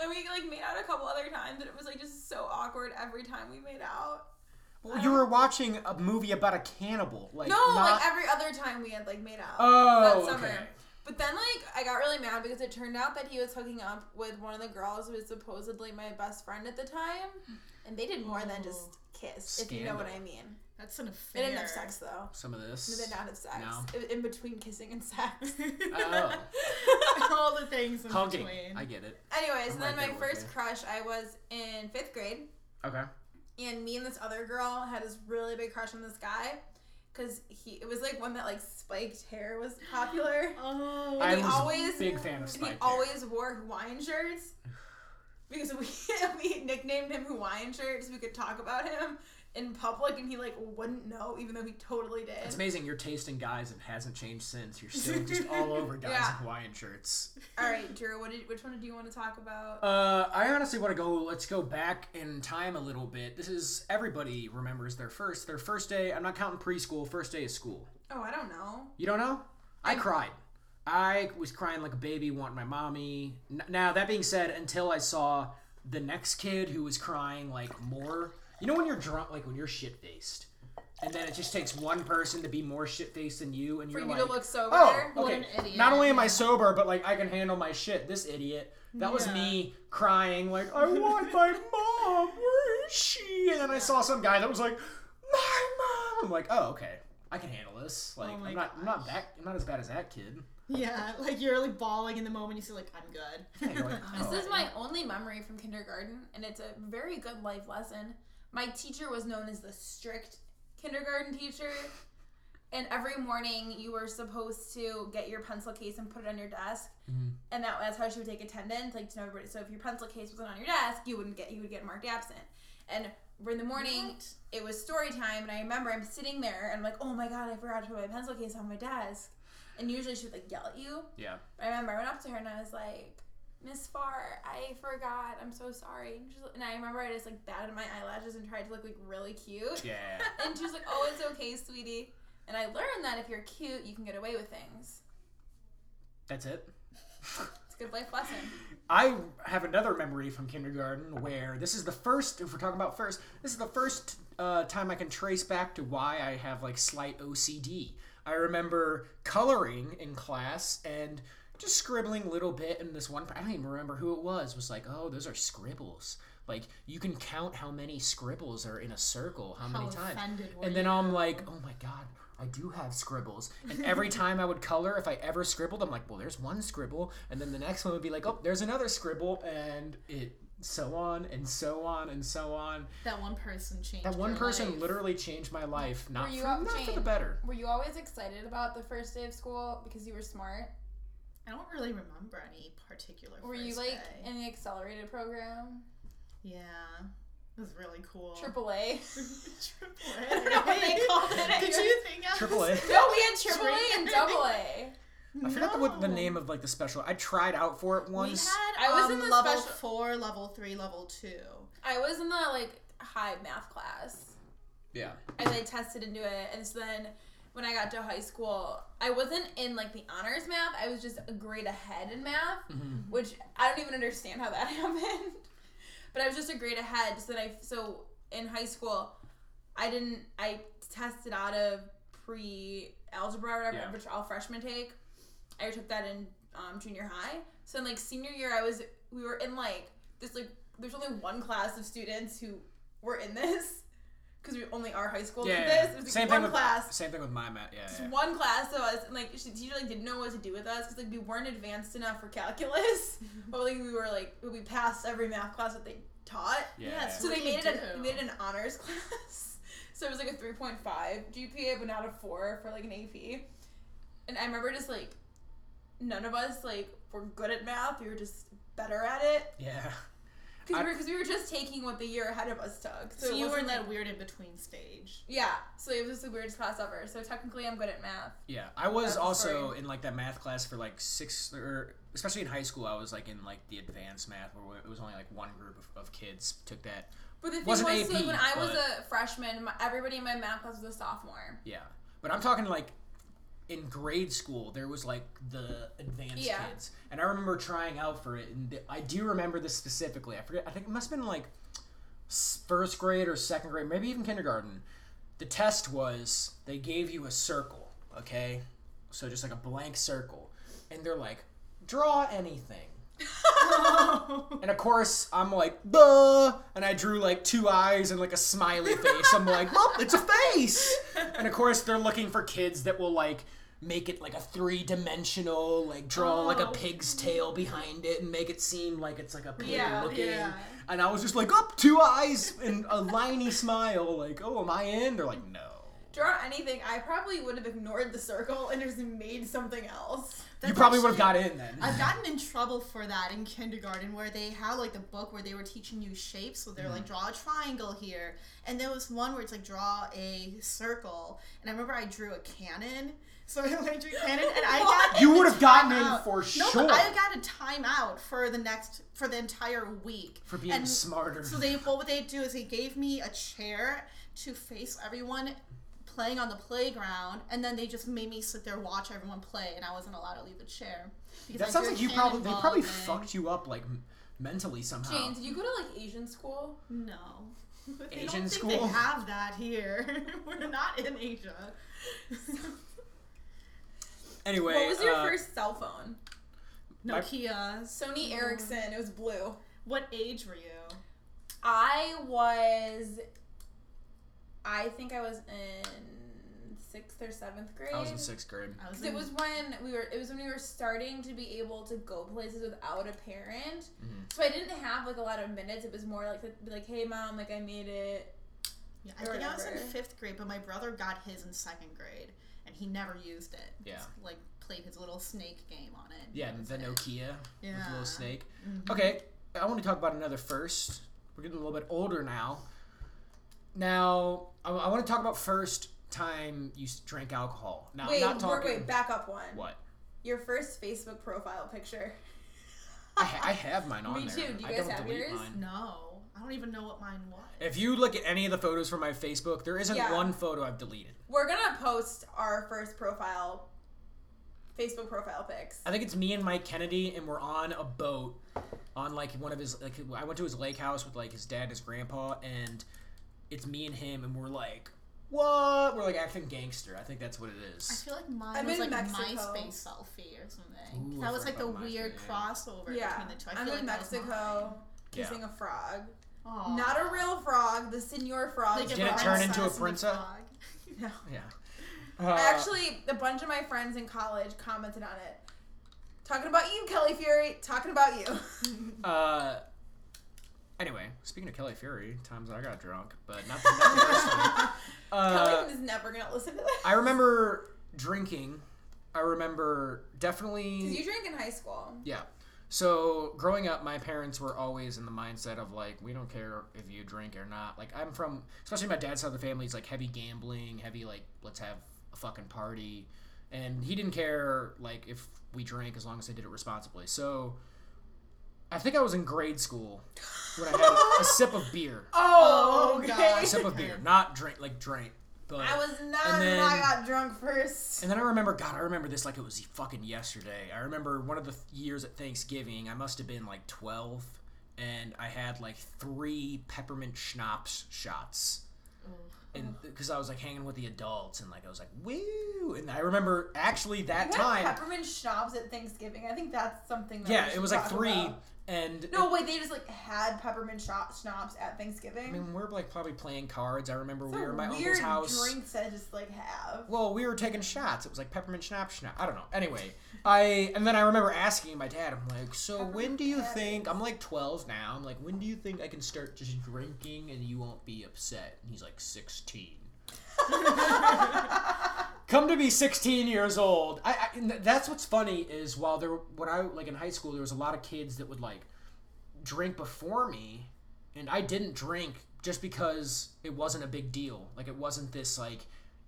Speaker 1: And we like made out a couple other times, and it was like just so awkward every time we made out.
Speaker 2: Well, you were watching a movie about a cannibal. Like,
Speaker 1: No,
Speaker 2: not-
Speaker 1: like every other time we had like made out
Speaker 2: Oh,
Speaker 1: that summer.
Speaker 2: okay.
Speaker 1: But then like I got really mad because it turned out that he was hooking up with one of the girls who was supposedly my best friend at the time, and they did more than just kiss, if you know what I mean.
Speaker 3: That's an
Speaker 1: They
Speaker 3: affair.
Speaker 1: didn't have sex though.
Speaker 2: some of
Speaker 1: They
Speaker 2: this.
Speaker 1: did not have sex.
Speaker 2: No.
Speaker 1: It was in between kissing and sex.
Speaker 2: Oh,
Speaker 3: All the things in
Speaker 2: hugging.
Speaker 3: between.
Speaker 2: I get it.
Speaker 1: Anyways,
Speaker 2: I'm
Speaker 1: then
Speaker 2: right
Speaker 1: my
Speaker 2: there with
Speaker 1: first
Speaker 2: you.
Speaker 1: crush, I was in fifth grade.
Speaker 2: Okay.
Speaker 1: and me and this other girl had this really big crush on this guy because he it was like one that like spiked hair was popular
Speaker 3: oh.
Speaker 2: I
Speaker 1: we
Speaker 2: was
Speaker 1: always-
Speaker 2: a big fan of
Speaker 1: he
Speaker 2: Spike.
Speaker 1: always wore hawaiian shirts because we we nicknamed him hawaiian shirt so we could talk about him in public and he like wouldn't know even though he totally did
Speaker 2: It's amazing your taste in guys and hasn't changed since. You're still just all over guys
Speaker 1: Yeah.
Speaker 2: in Hawaiian shirts.
Speaker 1: all right drew what did, which one do you want to talk about
Speaker 2: Uh, I honestly want to go. Let's go back in time a little bit. This is everybody remembers their first, their first day. I'm not counting preschool. First day of school.
Speaker 1: oh i don't know
Speaker 2: You don't know? I cried. I was crying like a baby, wanting my mommy. N- Now that being said, until I saw the next kid who was crying like more. You know when you're drunk, like when you're shit faced, and then it just takes one person to be more shit faced than you, and
Speaker 1: for
Speaker 2: you're
Speaker 1: you
Speaker 2: like,
Speaker 1: to look sober
Speaker 2: Oh,
Speaker 3: What
Speaker 2: okay.
Speaker 3: an idiot.
Speaker 2: Not only am I sober, but like I can handle my shit. This idiot. That was
Speaker 3: Yeah.
Speaker 2: me crying like I want my mom. Where is she? And then I saw some guy that was like, my mom. I'm like, oh okay, I can handle this. Like
Speaker 3: Oh my
Speaker 2: I'm not, I'm not that, I'm not as bad as that kid.
Speaker 3: Yeah, like you're like bawling in the moment. You say like, I'm good.
Speaker 2: And you're like, oh.
Speaker 1: This is my only memory from kindergarten, and it's a very good life lesson. My teacher was known as the strict kindergarten teacher, and every morning you were supposed to get your pencil case and put it on your desk, and that, that's how she would take attendance, like to know everybody. So if your pencil case wasn't on your desk, you wouldn't get you would get marked absent. And in the morning, it was story time, and I remember I'm sitting there and I'm like, oh my god, I forgot to put my pencil case on my desk. And usually she would like yell at you.
Speaker 2: yeah.
Speaker 1: I remember I went up to her and I was like, Miss Farr, I forgot. I'm so sorry. And, she's, and I remember I just like batted my eyelashes and tried to look like really cute.
Speaker 2: Yeah.
Speaker 1: And she was like, Oh, it's okay, sweetie. And I learned that if you're cute, you can get away with things.
Speaker 2: That's it.
Speaker 1: It's a good life lesson.
Speaker 2: I have another memory from kindergarten where this is the first, if we're talking about first, this is the first uh, time I can trace back to why I have like slight OCD. I remember coloring in class and just scribbling a little bit, and this one, I don't even remember who it was, was like, oh, those are scribbles. Like, you can count how many scribbles are in a circle, how, many times.
Speaker 3: offended were
Speaker 2: And then I'm like, oh my god, I do have scribbles. And every time I would color, if I ever scribbled, I'm like, well, there's one scribble, and then the next one would be like, oh, there's another scribble, and it so on and so on and so on.
Speaker 3: That one person changed.
Speaker 2: That one
Speaker 3: your
Speaker 2: person
Speaker 3: life.
Speaker 2: literally changed my life, not,
Speaker 1: Were you
Speaker 2: for,
Speaker 1: up-
Speaker 2: not for the
Speaker 1: Jane?
Speaker 2: better.
Speaker 1: Were you always excited about the first day of school because you were smart?
Speaker 3: I don't really remember any particular.
Speaker 1: Were you
Speaker 3: first
Speaker 1: like
Speaker 3: day.
Speaker 1: in the accelerated program?
Speaker 3: Yeah, it was really cool.
Speaker 1: Triple A.
Speaker 3: Triple
Speaker 1: I don't know what they called it. at
Speaker 3: Did
Speaker 1: your-
Speaker 3: you think I was-
Speaker 2: Triple A.
Speaker 1: No, we had triple A and double A.
Speaker 2: I forgot the, what the
Speaker 3: No.
Speaker 2: name of like the special. I tried out for it
Speaker 3: We
Speaker 2: once.
Speaker 3: had
Speaker 1: I was
Speaker 3: um,
Speaker 1: in the
Speaker 3: level
Speaker 1: special-
Speaker 3: four, level three, level two.
Speaker 1: I was in the like high math class.
Speaker 2: yeah.
Speaker 1: and I tested into it. And so then when I got to high school, I wasn't in like the honors math. I was just a grade ahead in math, which I don't even understand how that happened. But I was just a grade ahead. So then I so in high school, I didn't I tested out of pre algebra or whatever,
Speaker 2: Yeah.
Speaker 1: which all freshmen take. I took that in um, junior high. So in like senior year, I was we were in like this like there's only one class of students who were in this because we only our high school
Speaker 2: Yeah.
Speaker 1: did
Speaker 2: yeah.
Speaker 1: this. It was like
Speaker 2: same
Speaker 1: one
Speaker 2: thing with
Speaker 1: class.
Speaker 2: Same thing with my mat. Yeah.
Speaker 1: Just
Speaker 2: yeah.
Speaker 1: one class of us, and like she, she like didn't know what to do with us because like we weren't advanced enough for calculus, but like we were like we passed every math class that they taught.
Speaker 2: Yeah.
Speaker 3: Yeah, it's
Speaker 1: So they
Speaker 3: What do you
Speaker 1: made it an,
Speaker 3: do?
Speaker 1: they made it an honors class. So it was like a 3.5 GPA, but not a 4 for like an AP. And I remember just like none of us like were good at math. We were just better at it
Speaker 2: yeah.
Speaker 1: because
Speaker 2: I-
Speaker 1: we, were- 'cause we were just taking what the year ahead of us took. So,
Speaker 3: So,
Speaker 1: it
Speaker 3: you were in
Speaker 1: wasn't,
Speaker 3: that
Speaker 1: like-
Speaker 3: weird in between stage.
Speaker 1: yeah. So it was the weirdest class ever. So technically, I'm good at math.
Speaker 2: Yeah, I was
Speaker 1: That's
Speaker 2: also
Speaker 1: great.
Speaker 2: in like that math class for like six, or especially in high school, I was like in like the advanced math where it was only like one group of, of kids took that.
Speaker 1: But the thing was,
Speaker 2: Wasn't
Speaker 1: so, like,
Speaker 2: AP,
Speaker 1: when I was
Speaker 2: but-
Speaker 1: a freshman, my, everybody in my math class was a sophomore.
Speaker 2: Yeah, but I'm talking like in grade school, there was like the advanced
Speaker 1: Yeah.
Speaker 2: kids, and I remember trying out for it, and th- I do remember this specifically. I forget. I think it must have been like s- first grade or second grade, maybe even kindergarten. The test was they gave you a circle, okay, so just like a blank circle, and they're like, draw anything. And of course, I'm like, duh. And I drew like two eyes and like a smiley face. I'm like, look, it's a face. And of course, they're looking for kids that will like make it like a three dimensional, like draw like a
Speaker 3: Oh.
Speaker 2: pig's tail behind it and make it seem like it's like a pig
Speaker 4: Yeah,
Speaker 2: looking.
Speaker 3: yeah.
Speaker 2: And I was just like, up, two eyes and a liney smile. Like, oh, am I in? They're like, no.
Speaker 1: Draw anything, I probably would have ignored the circle and just made something else.
Speaker 2: you
Speaker 3: That's
Speaker 2: probably would have got
Speaker 3: actually-
Speaker 2: in then.
Speaker 3: I've gotten in trouble for that in kindergarten where they had like the book where they were teaching you shapes. So they're
Speaker 2: Mm-hmm.
Speaker 3: like, draw a triangle here. And there was one where it's like, draw a circle. And I remember I drew a cannon. So I like, drew a cannon and I got
Speaker 2: You
Speaker 3: in
Speaker 2: would
Speaker 3: the
Speaker 2: have gotten in
Speaker 3: timeout.
Speaker 2: for
Speaker 3: no,
Speaker 2: sure.
Speaker 3: But I got a timeout for the next, for the entire week.
Speaker 2: for being
Speaker 3: And
Speaker 2: smarter.
Speaker 3: So they, what would they do is they gave me a chair to face everyone playing on the playground, and then they just made me sit there watch everyone play, and I wasn't allowed to leave the chair. because
Speaker 2: that
Speaker 3: I
Speaker 2: sounds
Speaker 3: drew
Speaker 2: like you
Speaker 3: a
Speaker 2: probably they
Speaker 3: cannonball
Speaker 2: probably
Speaker 3: thing.
Speaker 2: fucked you up like m- mentally somehow.
Speaker 1: Jane, did you go to like Asian school?
Speaker 3: No. But they
Speaker 2: Asian
Speaker 3: don't think
Speaker 2: school?
Speaker 3: They have that here. We're not in Asia.
Speaker 2: Anyway,
Speaker 1: What was your
Speaker 2: uh,
Speaker 1: first cell phone?
Speaker 2: My-
Speaker 3: Nokia.
Speaker 1: Sony Ericsson. It was blue.
Speaker 3: What age were you?
Speaker 1: I was, I think I was in sixth or seventh grade.
Speaker 2: I was in sixth grade.
Speaker 3: I was.
Speaker 1: 'Cause it was
Speaker 2: Mm-hmm.
Speaker 1: when we were. It was when we were starting to be able to go places without a parent.
Speaker 2: Mm-hmm.
Speaker 1: So I didn't have like a lot of minutes. It was more like the- like, hey mom, like I made it.
Speaker 3: Yeah, I think I was in
Speaker 1: Whatever.
Speaker 3: fifth grade, but my brother got his in second grade, and he never used it.
Speaker 2: Yeah.
Speaker 3: He's, like played his little snake game on it.
Speaker 2: Yeah,
Speaker 3: That was
Speaker 2: the
Speaker 3: it.
Speaker 2: Nokia with the
Speaker 3: Yeah.
Speaker 2: little snake.
Speaker 1: Mm-hmm.
Speaker 2: Okay, I want to talk about another first. We're getting a little bit older now. Now, I, want to talk about first time you s- drank alcohol. Now,
Speaker 1: Wait,
Speaker 2: I'm not
Speaker 1: wait,
Speaker 2: talking.
Speaker 1: wait, back up one.
Speaker 2: What?
Speaker 1: Your first Facebook profile picture.
Speaker 2: I, ha- I have mine on
Speaker 1: Me
Speaker 2: there.
Speaker 1: too. Do you
Speaker 2: I
Speaker 1: guys
Speaker 2: don't
Speaker 1: have
Speaker 2: delete
Speaker 1: yours?
Speaker 2: mine.
Speaker 3: No, I don't even know what mine was.
Speaker 2: If you look at any of the photos from my Facebook, there isn't
Speaker 1: Yeah.
Speaker 2: one photo I've deleted.
Speaker 1: We're gonna post our first profile, Facebook profile pics.
Speaker 2: I think it's me and Mike Kennedy, and we're on a boat on like one of his like I went to his lake house with like his dad and his grandpa, and it's me and him, and we're like, what? We're like acting gangster. I think that's what it
Speaker 3: I
Speaker 2: is.
Speaker 3: feel like mine
Speaker 1: I'm
Speaker 3: was
Speaker 1: in
Speaker 3: like
Speaker 1: Mexico.
Speaker 3: MySpace selfie or something.
Speaker 2: Ooh, I
Speaker 3: that was like
Speaker 2: forgot
Speaker 3: the
Speaker 2: about MySpace,
Speaker 3: weird
Speaker 2: yeah.
Speaker 3: crossover
Speaker 1: Yeah,
Speaker 3: between the two. I
Speaker 1: I'm
Speaker 3: feel
Speaker 1: in
Speaker 3: like
Speaker 1: Mexico
Speaker 2: Yeah.
Speaker 1: kissing a frog.
Speaker 3: Oh.
Speaker 1: Not a real frog, the senor frog.
Speaker 2: Did it turn into a princess?
Speaker 1: No.
Speaker 2: Yeah.
Speaker 1: I
Speaker 2: Uh,
Speaker 1: actually, a bunch of my friends in college commented on it. Talking about you, Kelly Fury. Talking about you.
Speaker 2: Uh, anyway, speaking of Kelly Fury, times I got drunk, but not the not the first time. Uh,
Speaker 1: Kelly is never gonna listen to this.
Speaker 2: I remember drinking. I remember
Speaker 1: Did
Speaker 2: definitely.
Speaker 1: you drink in high school?
Speaker 2: Yeah. So growing up, my parents were always in the mindset of like, we don't care if you drink or not. Like I'm from, especially my dad's side of the family is like heavy gambling, heavy like let's have a fucking party, and he didn't care like if we drank as long as they did it responsibly. So I think I was in grade school when I had a sip of beer,
Speaker 1: Oh,
Speaker 3: God.
Speaker 2: a sip of beer, not drink like drink, but
Speaker 1: I was
Speaker 2: And
Speaker 1: nine
Speaker 2: then-
Speaker 1: when I got drunk first.
Speaker 2: and then I remember, God, I remember this like it was fucking yesterday. I remember one of the th- years at Thanksgiving, I must have been like 12, and I had like three peppermint schnapps shots. and because I was like hanging with the adults and like I was like woo, and I remember actually that
Speaker 4: We had
Speaker 2: time.
Speaker 4: peppermint schnapps at Thanksgiving. I think that's something. That we
Speaker 2: Yeah,
Speaker 4: should
Speaker 2: it was like
Speaker 4: talk
Speaker 2: three,
Speaker 4: about.
Speaker 2: and
Speaker 4: No, wait. They just like had peppermint scho- schnapps at Thanksgiving.
Speaker 2: I mean we're like probably playing cards. I remember we were at my
Speaker 4: weird
Speaker 2: uncle's house.
Speaker 4: drinks I just like have.
Speaker 2: Well, we were taking shots. It was like peppermint schnapp schnapp. I don't know. Anyway, I and then I remember asking my dad. I'm like, so when do you think I'm like 12 now? I'm like, when do you think I can start just drinking and you won't be upset? And he's like, 16. Come to be 16 years old. I, I and that's what's funny is while there when I like in high school there was a lot of kids that would like drink before me and I didn't drink just because it wasn't a big deal. Like it wasn't this like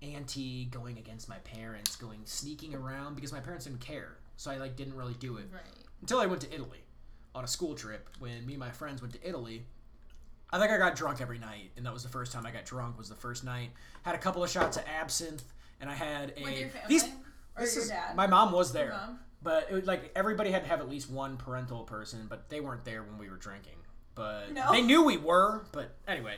Speaker 2: anti going against my parents, going sneaking around because my parents didn't care. So I like didn't really do it
Speaker 3: Right.
Speaker 2: until I went to Italy on a school trip when me and my friends went to Italy. I think I got drunk every night, and that was the first time I got drunk. Was the first night had a couple of shots of absinthe, and I had a
Speaker 1: With your family?
Speaker 2: these.
Speaker 1: or
Speaker 2: this
Speaker 1: your
Speaker 2: is-
Speaker 1: dad? Uh-huh.
Speaker 2: my mom was there,
Speaker 1: mom?
Speaker 2: but it, was like everybody had to have at least one parental person, but they weren't there when we were drinking. But
Speaker 4: No.
Speaker 2: they knew we were. But anyway,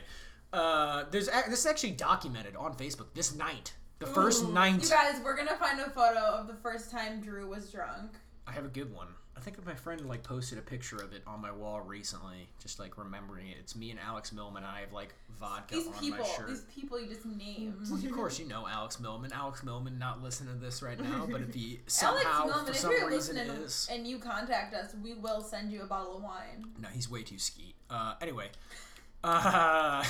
Speaker 2: uh, there's ac- this is actually documented on Facebook. This night, the first night,
Speaker 1: You guys, we're gonna find a photo of the first time Drew was drunk.
Speaker 2: I have a good one. I think my friend like posted a picture of it on my wall recently, just like remembering it. It's me and Alex Millman. I have like vodka
Speaker 1: These
Speaker 2: on
Speaker 1: people,
Speaker 2: my shirt.
Speaker 1: these people you just named.
Speaker 2: Well, of course, you know Alex Millman. Alex Millman, not listening to this right now, but if he
Speaker 1: Alex
Speaker 2: somehow
Speaker 1: Millman,
Speaker 2: for
Speaker 1: if
Speaker 2: some
Speaker 1: you're
Speaker 2: reason
Speaker 1: listening
Speaker 2: is,
Speaker 1: and you contact us, we will send you a bottle of wine.
Speaker 2: no, he's way too skeet. Uh, anyway, uh,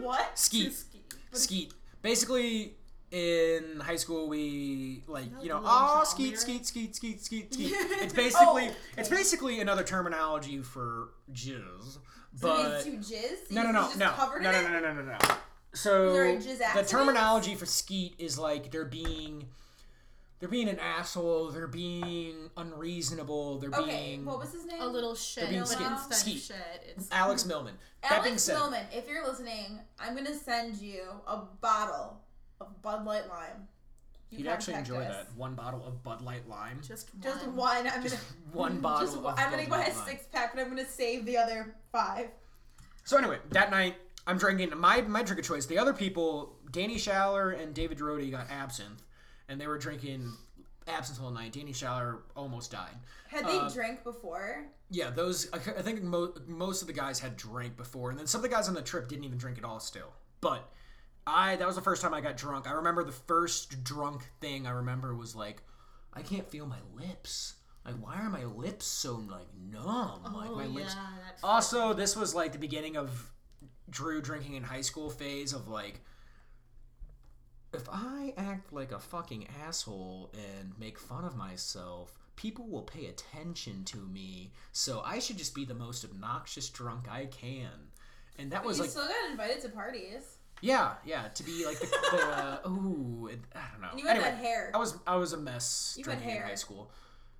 Speaker 4: what?
Speaker 2: skeet, skeet. Basically, in high school, we like you know,
Speaker 3: the little
Speaker 2: ah,
Speaker 3: drum
Speaker 2: skeet,
Speaker 3: lyric?
Speaker 2: skeet, skeet, skeet, skeet, skeet.
Speaker 1: Oh.
Speaker 2: It's basically it's basically another terminology for jizz,
Speaker 1: These
Speaker 2: but.
Speaker 1: two jizz?
Speaker 2: No, no,
Speaker 1: He's
Speaker 2: no,
Speaker 1: just
Speaker 2: no,
Speaker 1: covered
Speaker 2: no,
Speaker 1: in
Speaker 2: no,
Speaker 1: it?
Speaker 2: no, no, no, no, no. So
Speaker 1: there a jizz
Speaker 2: the
Speaker 1: accident?
Speaker 2: terminology for skeet is like they're being, they're being an asshole. They're being unreasonable. They're
Speaker 1: Okay,
Speaker 2: being
Speaker 1: what was his name?
Speaker 3: A little shit,
Speaker 2: being
Speaker 3: but
Speaker 2: skeet-
Speaker 3: instead of
Speaker 2: skeet.
Speaker 3: shit, it's
Speaker 2: Alex Millman. that being
Speaker 1: Alex
Speaker 2: said,
Speaker 1: Millman, if you're listening, I'm gonna send you a bottle of Bud Light Lime. You
Speaker 2: you'd actually
Speaker 1: contact
Speaker 2: enjoy
Speaker 1: us.
Speaker 2: that one bottle of Bud Light Lime,
Speaker 3: just one.
Speaker 4: Just one. I'm gonna.
Speaker 2: one bottle.
Speaker 4: Just,
Speaker 2: of
Speaker 4: one- I'm
Speaker 2: Bud
Speaker 4: gonna go
Speaker 2: Light
Speaker 4: ahead
Speaker 2: Lime.
Speaker 4: six pack, but I'm gonna save the other five.
Speaker 2: So anyway, that night I'm drinking my my drink of choice. The other people, Danny Schaller and David Rohde, got absinthe, and they were drinking absinthe all night. Danny Schaller almost died.
Speaker 1: Had
Speaker 2: Uh,
Speaker 1: they drank before?
Speaker 2: Yeah, those. I c- I think mo- most of the guys had drank before, and then some of the guys on the trip didn't even drink at all. Still, but I that was the first time I got drunk. I remember the first drunk thing I remember was like, I can't feel my lips. Like, why are my lips so like numb? like
Speaker 3: Oh,
Speaker 2: my lips.
Speaker 3: yeah, that's-
Speaker 2: Also, this was like the beginning of Drew drinking in high school phase of like. If I act like a fucking asshole and make fun of myself, people will pay attention to me. So I should just be the most obnoxious drunk I can. And that was
Speaker 1: You
Speaker 2: like
Speaker 1: still got invited to parties.
Speaker 2: yeah, yeah, to be like the, the uh, ooh, it- I don't know.
Speaker 1: You had
Speaker 2: Anyway,
Speaker 1: that hair.
Speaker 2: I was I was a mess
Speaker 1: You had
Speaker 2: drinking in
Speaker 1: hair.
Speaker 2: high school.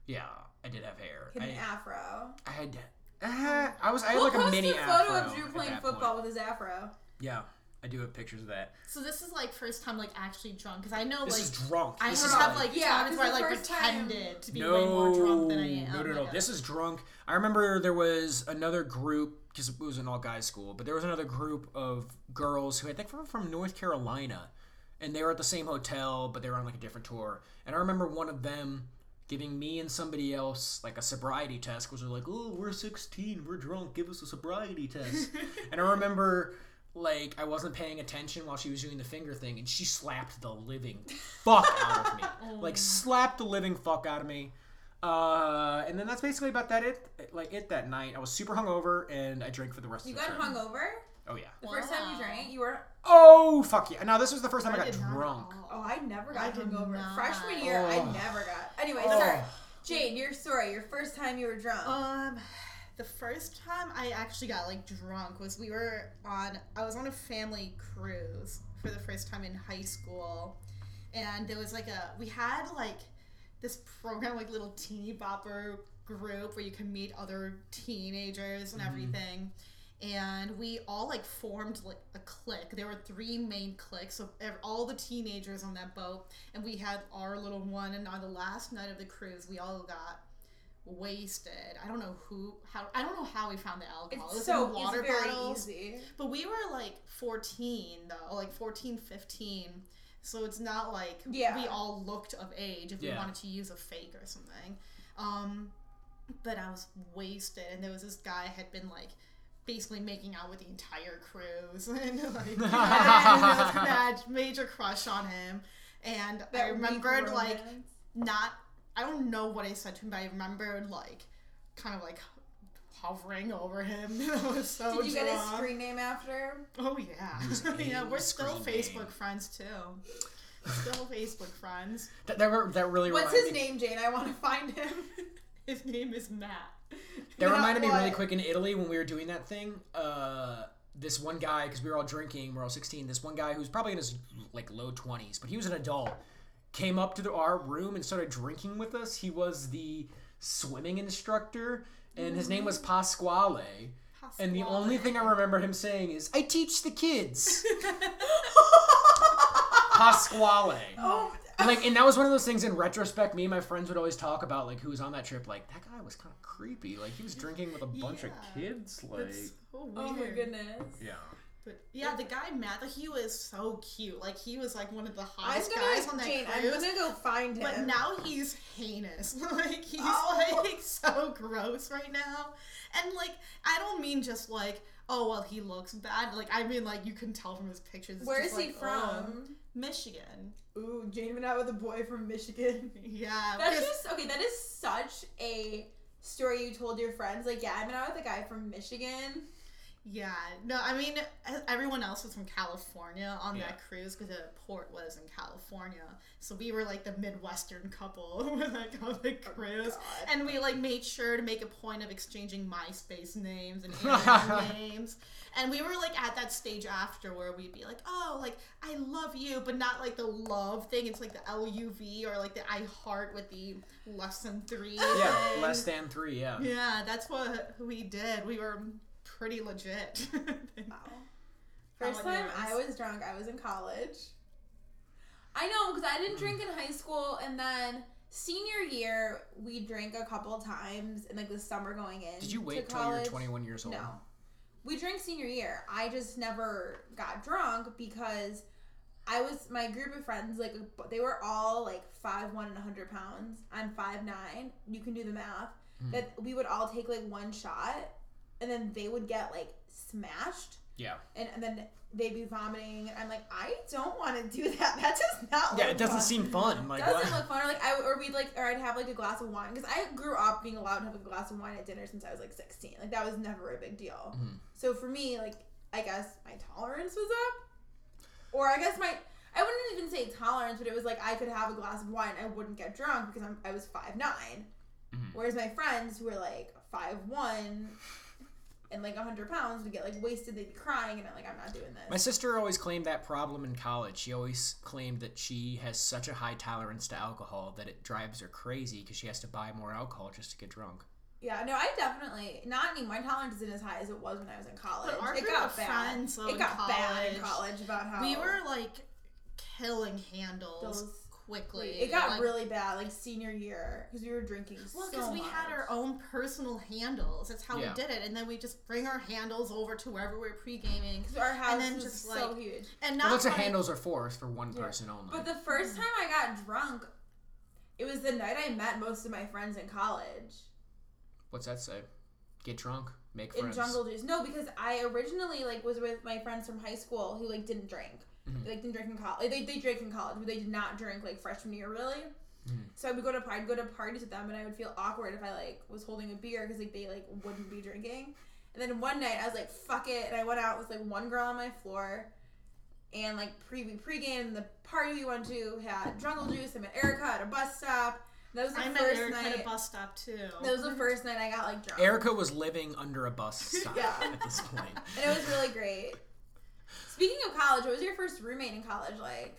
Speaker 2: Yeah, I did have hair.
Speaker 1: An
Speaker 2: I,
Speaker 1: afro.
Speaker 2: I had
Speaker 3: Uh-huh.
Speaker 2: uh, I was I had
Speaker 1: We'll
Speaker 2: like a
Speaker 1: post
Speaker 2: mini
Speaker 1: a photo
Speaker 2: afro
Speaker 1: of Drew
Speaker 2: at
Speaker 1: playing
Speaker 2: that
Speaker 1: football
Speaker 2: Point.
Speaker 1: with his afro.
Speaker 2: Yeah, I do have pictures of that.
Speaker 3: So this is like first time like actually drunk because I know
Speaker 2: This
Speaker 3: like
Speaker 2: is drunk.
Speaker 3: I
Speaker 2: This
Speaker 3: just
Speaker 2: is
Speaker 3: have like
Speaker 1: Yeah,
Speaker 3: times
Speaker 1: this
Speaker 3: where I
Speaker 1: is the
Speaker 3: like
Speaker 1: first time.
Speaker 3: pretended to be way more drunk than I am.
Speaker 2: No, no, no.
Speaker 3: Like,
Speaker 2: This is drunk. I remember there was another group because it was an all guys school, but there was another group of girls who I think were from North Carolina, and they were at the same hotel, but they were on like a different tour. And I remember one of them giving me and somebody else like a sobriety test, which was like, "Oh, we're 16, we're drunk, give us a sobriety test." and I remember. Like I wasn't paying attention while she was doing the finger thing, and she slapped the living fuck out of me. Like slapped the living fuck out of me. Uh, and then that's basically about that. It like it that night. I was super hungover and I drank for the rest
Speaker 1: You
Speaker 2: of the
Speaker 1: got
Speaker 2: trip.
Speaker 1: hungover
Speaker 2: Oh yeah.
Speaker 1: the first time you
Speaker 3: Wow.
Speaker 1: drank. You were
Speaker 2: Oh fuck yeah! No, this was the first time I, got
Speaker 3: did not at
Speaker 2: drunk.
Speaker 3: all.
Speaker 1: oh, I never got
Speaker 3: I did
Speaker 1: hungover.
Speaker 3: not.
Speaker 1: Freshman year, I
Speaker 2: Oh.
Speaker 1: never got. Anyway,
Speaker 2: Oh.
Speaker 1: sorry, Jade, your story. Your first time you were drunk.
Speaker 3: Um, the first time I actually got like drunk was we were on. I was on a family cruise for the first time in high school, and there was like a we had like this program like little teeny bopper group where you can meet other teenagers and everything. And we all like formed like a clique. There were three main cliques of ev- all the teenagers on that boat, and we had our little one. And on the last night of the cruise, we all got wasted. I don't know who how I don't know how we found the alcohol. It
Speaker 1: It's
Speaker 3: was in
Speaker 1: so
Speaker 3: the
Speaker 1: it's
Speaker 3: water
Speaker 1: very
Speaker 3: bottles.
Speaker 1: easy.
Speaker 3: But we were like 14 though, like 14, 15. So it's not like
Speaker 1: Yeah.
Speaker 3: we all looked of age if we
Speaker 2: Yeah.
Speaker 3: wanted to use a fake or something. Um, but I was wasted, and there was this guy had been like basically making out with the entire cruise, and like I had mad major crush on him. And I
Speaker 1: That weak
Speaker 3: remembered like
Speaker 1: romance.
Speaker 3: not I don't know what I said to him, but I remembered like kind of like hovering over him. I was so
Speaker 1: Did you get his
Speaker 3: drunk.
Speaker 1: screen name after?
Speaker 3: Oh yeah, yeah.
Speaker 2: in
Speaker 3: We're
Speaker 2: the
Speaker 3: still
Speaker 2: screen name.
Speaker 3: Facebook friends too. Still Facebook friends.
Speaker 2: That, that, re- that really
Speaker 1: What's
Speaker 2: reminded
Speaker 1: his name,
Speaker 2: me-
Speaker 1: Jane? I want to find him.
Speaker 3: His name is Matt.
Speaker 2: That
Speaker 1: Not
Speaker 2: reminded me really
Speaker 1: what?
Speaker 2: quick in Italy when we were doing that thing. Uh, this one guy, because we were all drinking, we are all 16. This one guy who's probably in his like low 20s, but he was an adult, came up to the, our room and started drinking with us. He was the swimming instructor, and his name was Pasquale. And the only thing I remember him saying is, "I teach the kids." Pasquale.
Speaker 1: Oh,
Speaker 3: Oh.
Speaker 2: Like, and that was one of those things. In retrospect, me and my friends would always talk about like who was on that trip. Like that guy was kind of creepy. Like he was drinking with a bunch of
Speaker 3: Yeah.
Speaker 2: kids. Like,
Speaker 3: That's so weird.
Speaker 1: Oh my goodness.
Speaker 2: yeah.
Speaker 3: But yeah, the guy Matt, like, he was so cute. Like he was like one of the
Speaker 1: I'm
Speaker 3: hottest guys on
Speaker 1: gonna
Speaker 3: that
Speaker 1: Jane. I'm
Speaker 3: cruise.
Speaker 1: gonna go find him.
Speaker 3: But now he's heinous. like he's
Speaker 1: Oh.
Speaker 3: like so gross right now. And like I don't mean just like oh well he looks bad. Like I mean like you can tell from his pictures. it's
Speaker 1: Where
Speaker 3: just,
Speaker 1: is he
Speaker 3: like, oh,
Speaker 1: from?
Speaker 3: Michigan.
Speaker 1: oh. Ooh, Jane went out with a boy from Michigan.
Speaker 3: Yeah.
Speaker 1: That's
Speaker 3: because-
Speaker 1: just okay. That is such a story you told your friends. Like, yeah, I went out with a guy from Michigan.
Speaker 3: yeah. No, I mean e- everyone else was from California on
Speaker 2: Yeah.
Speaker 3: that cruise because the port was in California. So we were like the Midwestern couple who were like on the
Speaker 2: Oh,
Speaker 3: cruise,
Speaker 1: God.
Speaker 3: and we like made sure to make a point of exchanging MySpace names and AOL names. And we were like at that stage after where we'd be like, oh, like I love you, but not like the love thing. It's like the L U V or like the I heart with the less than three.
Speaker 2: Yeah,
Speaker 3: thing.
Speaker 2: less than three. Yeah.
Speaker 3: Yeah, that's what we did. We were pretty legit.
Speaker 1: First
Speaker 3: How
Speaker 1: time
Speaker 3: about
Speaker 1: I
Speaker 3: yours?
Speaker 1: was drunk, I was in college. I know because I didn't drink in high school, and then senior year we drank a couple times, and like the summer going in.
Speaker 2: Did you
Speaker 1: to
Speaker 2: wait till you were
Speaker 1: college.
Speaker 2: 21 years old?
Speaker 1: No. We drank senior year. I just never got drunk because I was my group of friends like they were all like five one and hundred pounds. I'm five nine. You can do the math.
Speaker 2: Hmm.
Speaker 1: That we would all take like one shot, and then they would get like smashed,
Speaker 2: Yeah.
Speaker 1: and, and then they'd be vomiting. And I'm like, I don't want to do that. That does not.
Speaker 2: Yeah,
Speaker 1: look
Speaker 2: it doesn't
Speaker 1: fun."
Speaker 2: seem fun. Like,
Speaker 1: Oh doesn't
Speaker 2: what?
Speaker 1: look fun. Or like I or we'd like or I'd have like a glass of wine because I grew up being allowed to have a glass of wine at dinner since I was like sixteen. Like that was never a big deal. So for me, like I guess my tolerance was up, or I guess my I wouldn't even say tolerance, but it was like I could have a glass of wine, I wouldn't get drunk because I'm, I was five Whereas my friends who were like five one and like hundred pounds would get like wasted, they'd be crying, and I'm like I'm not doing this.
Speaker 2: My sister always claimed that problem in college. She always claimed that she has such a high tolerance to alcohol that it drives her crazy because she has to buy more alcohol just to get drunk.
Speaker 1: Yeah, no, I definitely not anymore. My tolerance isn't as high as it was when I was in college.
Speaker 3: our
Speaker 1: it
Speaker 3: group
Speaker 1: got
Speaker 3: of
Speaker 1: bad.
Speaker 3: friends, though,
Speaker 1: it
Speaker 3: in
Speaker 1: got bad in
Speaker 3: college,
Speaker 1: college about how
Speaker 3: we were like killing handles
Speaker 1: Those-
Speaker 3: quickly.
Speaker 1: It got
Speaker 3: like,
Speaker 1: really bad, like senior year, because we were drinking.
Speaker 3: well
Speaker 1: because
Speaker 3: because we had our own personal handles. That's how
Speaker 2: Yeah.
Speaker 3: we did it, and then we just bring our handles over to wherever we were pre gaming.
Speaker 1: Our house
Speaker 3: and then
Speaker 1: was
Speaker 3: just,
Speaker 1: so
Speaker 3: like-
Speaker 1: huge. Mm-hmm.
Speaker 3: And not
Speaker 2: Well, that's what
Speaker 3: like-
Speaker 2: handles are for, is for one person only.
Speaker 1: But the first time I got drunk, it was the night I met most of my friends in college
Speaker 2: What's that say? Get drunk, make
Speaker 1: in
Speaker 2: friends.
Speaker 1: Jungle Juice. No, because I originally like was with my friends from high school who like didn't drink. They, like didn't drink in college. They, they drank in college, but they did not drink like freshman year really. So I would go to I'd go to parties with them, and I would feel awkward if I like was holding a beer because like they like wouldn't be drinking. And then one night I was like, "Fuck it," and I went out with like one girl on my floor, and like pre we pregame the party we went to had jungle juice. I met Erica at a bus stop. That was the
Speaker 3: I met
Speaker 1: first
Speaker 3: Eric
Speaker 1: night.
Speaker 3: at a bus stop too.
Speaker 1: that was the first night I got like drunk,
Speaker 2: Erica was living under a bus stop
Speaker 1: Yeah.
Speaker 2: at this point.
Speaker 1: and it was really great. Speaking of college, what was your first roommate in college like?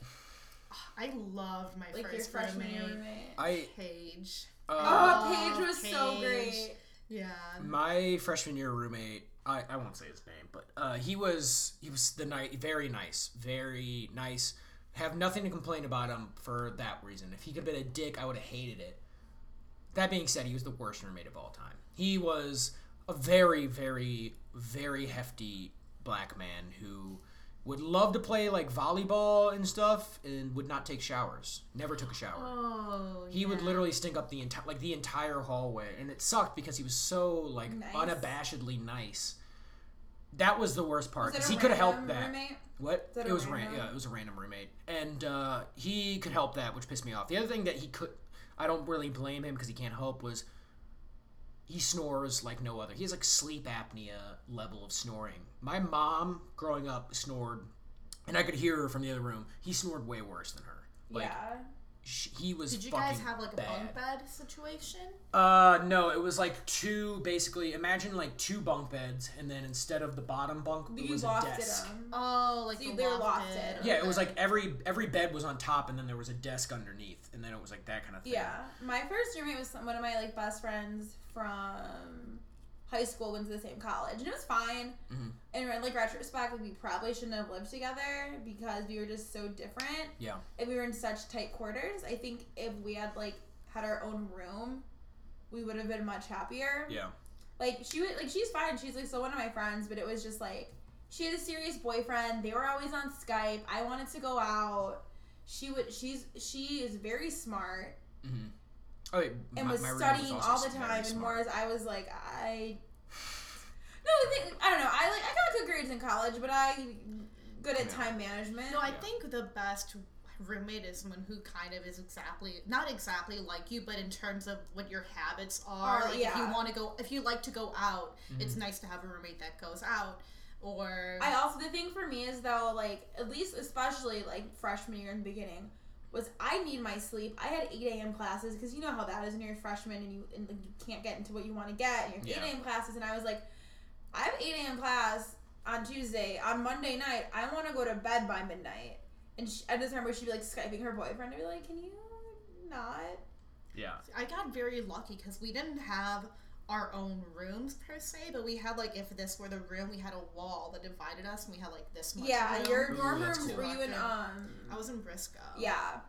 Speaker 3: I loved my
Speaker 1: Like your
Speaker 3: first
Speaker 1: freshman year
Speaker 3: roommate,
Speaker 1: roommate.
Speaker 2: I
Speaker 3: Paige.
Speaker 2: uh,
Speaker 1: Oh, Paige was so
Speaker 3: Paige.
Speaker 1: great.
Speaker 3: Yeah.
Speaker 2: my freshman year roommate I, I won't say his name but uh, he was he was the night very nice very nice have nothing to complain about him for that reason if he could have been a dick i would have hated it That being said, he was the worst roommate of all time. He was a very, very, very hefty black man who would love to play like volleyball and stuff and would not take showers. Never took a shower.
Speaker 3: Oh,
Speaker 2: He would literally stink up the entire like the entire hallway, and it sucked because he was so like
Speaker 1: Nice.
Speaker 2: unabashedly nice. That was the worst
Speaker 1: Was
Speaker 2: part
Speaker 1: it
Speaker 2: because
Speaker 1: a
Speaker 2: he could have helped
Speaker 1: random
Speaker 2: that.
Speaker 1: roommate?
Speaker 2: What?
Speaker 1: that
Speaker 2: It
Speaker 1: a
Speaker 2: was ran-
Speaker 1: random?
Speaker 2: yeah, it was a random roommate, and uh, he could help that, which pissed me off. The other thing that he could, I don't really blame him because he can't help was he snores like no other. He has like sleep apnea level of snoring. My mom growing up snored, and I could hear her from the other room. He snored way worse than her. Like,
Speaker 1: yeah.
Speaker 2: sh- he was.
Speaker 3: Did you guys
Speaker 2: fucking
Speaker 3: have like a
Speaker 2: bad.
Speaker 3: bunk bed situation?
Speaker 2: Uh, no, it was like two, basically, imagine like two bunk beds, and then instead of the bottom bunk, it
Speaker 1: You
Speaker 2: was a
Speaker 1: lofted
Speaker 2: desk.
Speaker 1: him.
Speaker 3: Oh, like
Speaker 1: See,
Speaker 3: the
Speaker 1: they were
Speaker 3: lofted.
Speaker 1: lofted.
Speaker 2: Yeah, it was like every every bed was on top, and then there was a desk underneath, and then it was like that kind of thing.
Speaker 1: Yeah. My first roommate was some- one of my like best friends from high school, went to the same college, and it was fine.
Speaker 2: Mhm.
Speaker 1: And in like retrospect, like, we probably shouldn't have lived together because we were just so different.
Speaker 2: Yeah.
Speaker 1: and we were in such tight quarters. I think if we had like had our own room, we would have been much happier.
Speaker 2: Yeah.
Speaker 1: Like she was like she's fine. She's like still one of my friends, but it was just like she had a serious boyfriend. They were always on Skype. I wanted to go out. She would she's she is very smart
Speaker 2: Mm-hmm. Oh, wait,
Speaker 1: and
Speaker 2: my,
Speaker 1: was
Speaker 2: my roommate
Speaker 1: studying
Speaker 2: also
Speaker 1: all the
Speaker 2: very
Speaker 1: time. And
Speaker 2: smart.
Speaker 1: whereas I was like I no, the thing, I don't know. I like I got good grades in college, but I good at
Speaker 2: Yeah.
Speaker 1: time management.
Speaker 3: No, I
Speaker 2: Yeah.
Speaker 3: think the best roommate is someone who kind of is exactly not exactly like you, but in terms of what your habits are.
Speaker 1: Are,
Speaker 3: like if
Speaker 1: yeah.
Speaker 3: you want to go, if you like to go out,
Speaker 2: Mm-hmm.
Speaker 3: it's nice to have a roommate that goes out. Or
Speaker 1: I also the thing for me is though, like at least especially like freshman year in the beginning, was I need my sleep. I had eight a.m. classes because you know how that is when you're a freshman and you and, like, you can't get into what you want to get. And you're
Speaker 2: Yeah.
Speaker 1: eight a.m. classes, and I was like, I have eight a.m. class on Tuesday. On Monday night, I want to go to bed by midnight. And she, I just remember she'd be like skyping her boyfriend. I'd be like, Can you not?
Speaker 2: Yeah.
Speaker 3: I got very lucky because we didn't have our own rooms per se, but we had like if this were the room, we had a wall that divided us, and we had like this much.
Speaker 1: yeah,
Speaker 3: room.
Speaker 1: your
Speaker 2: Ooh,
Speaker 1: dorm
Speaker 2: that's
Speaker 1: rooms
Speaker 2: cool.
Speaker 1: were you in? Um,
Speaker 3: I was in Briscoe.
Speaker 1: yeah,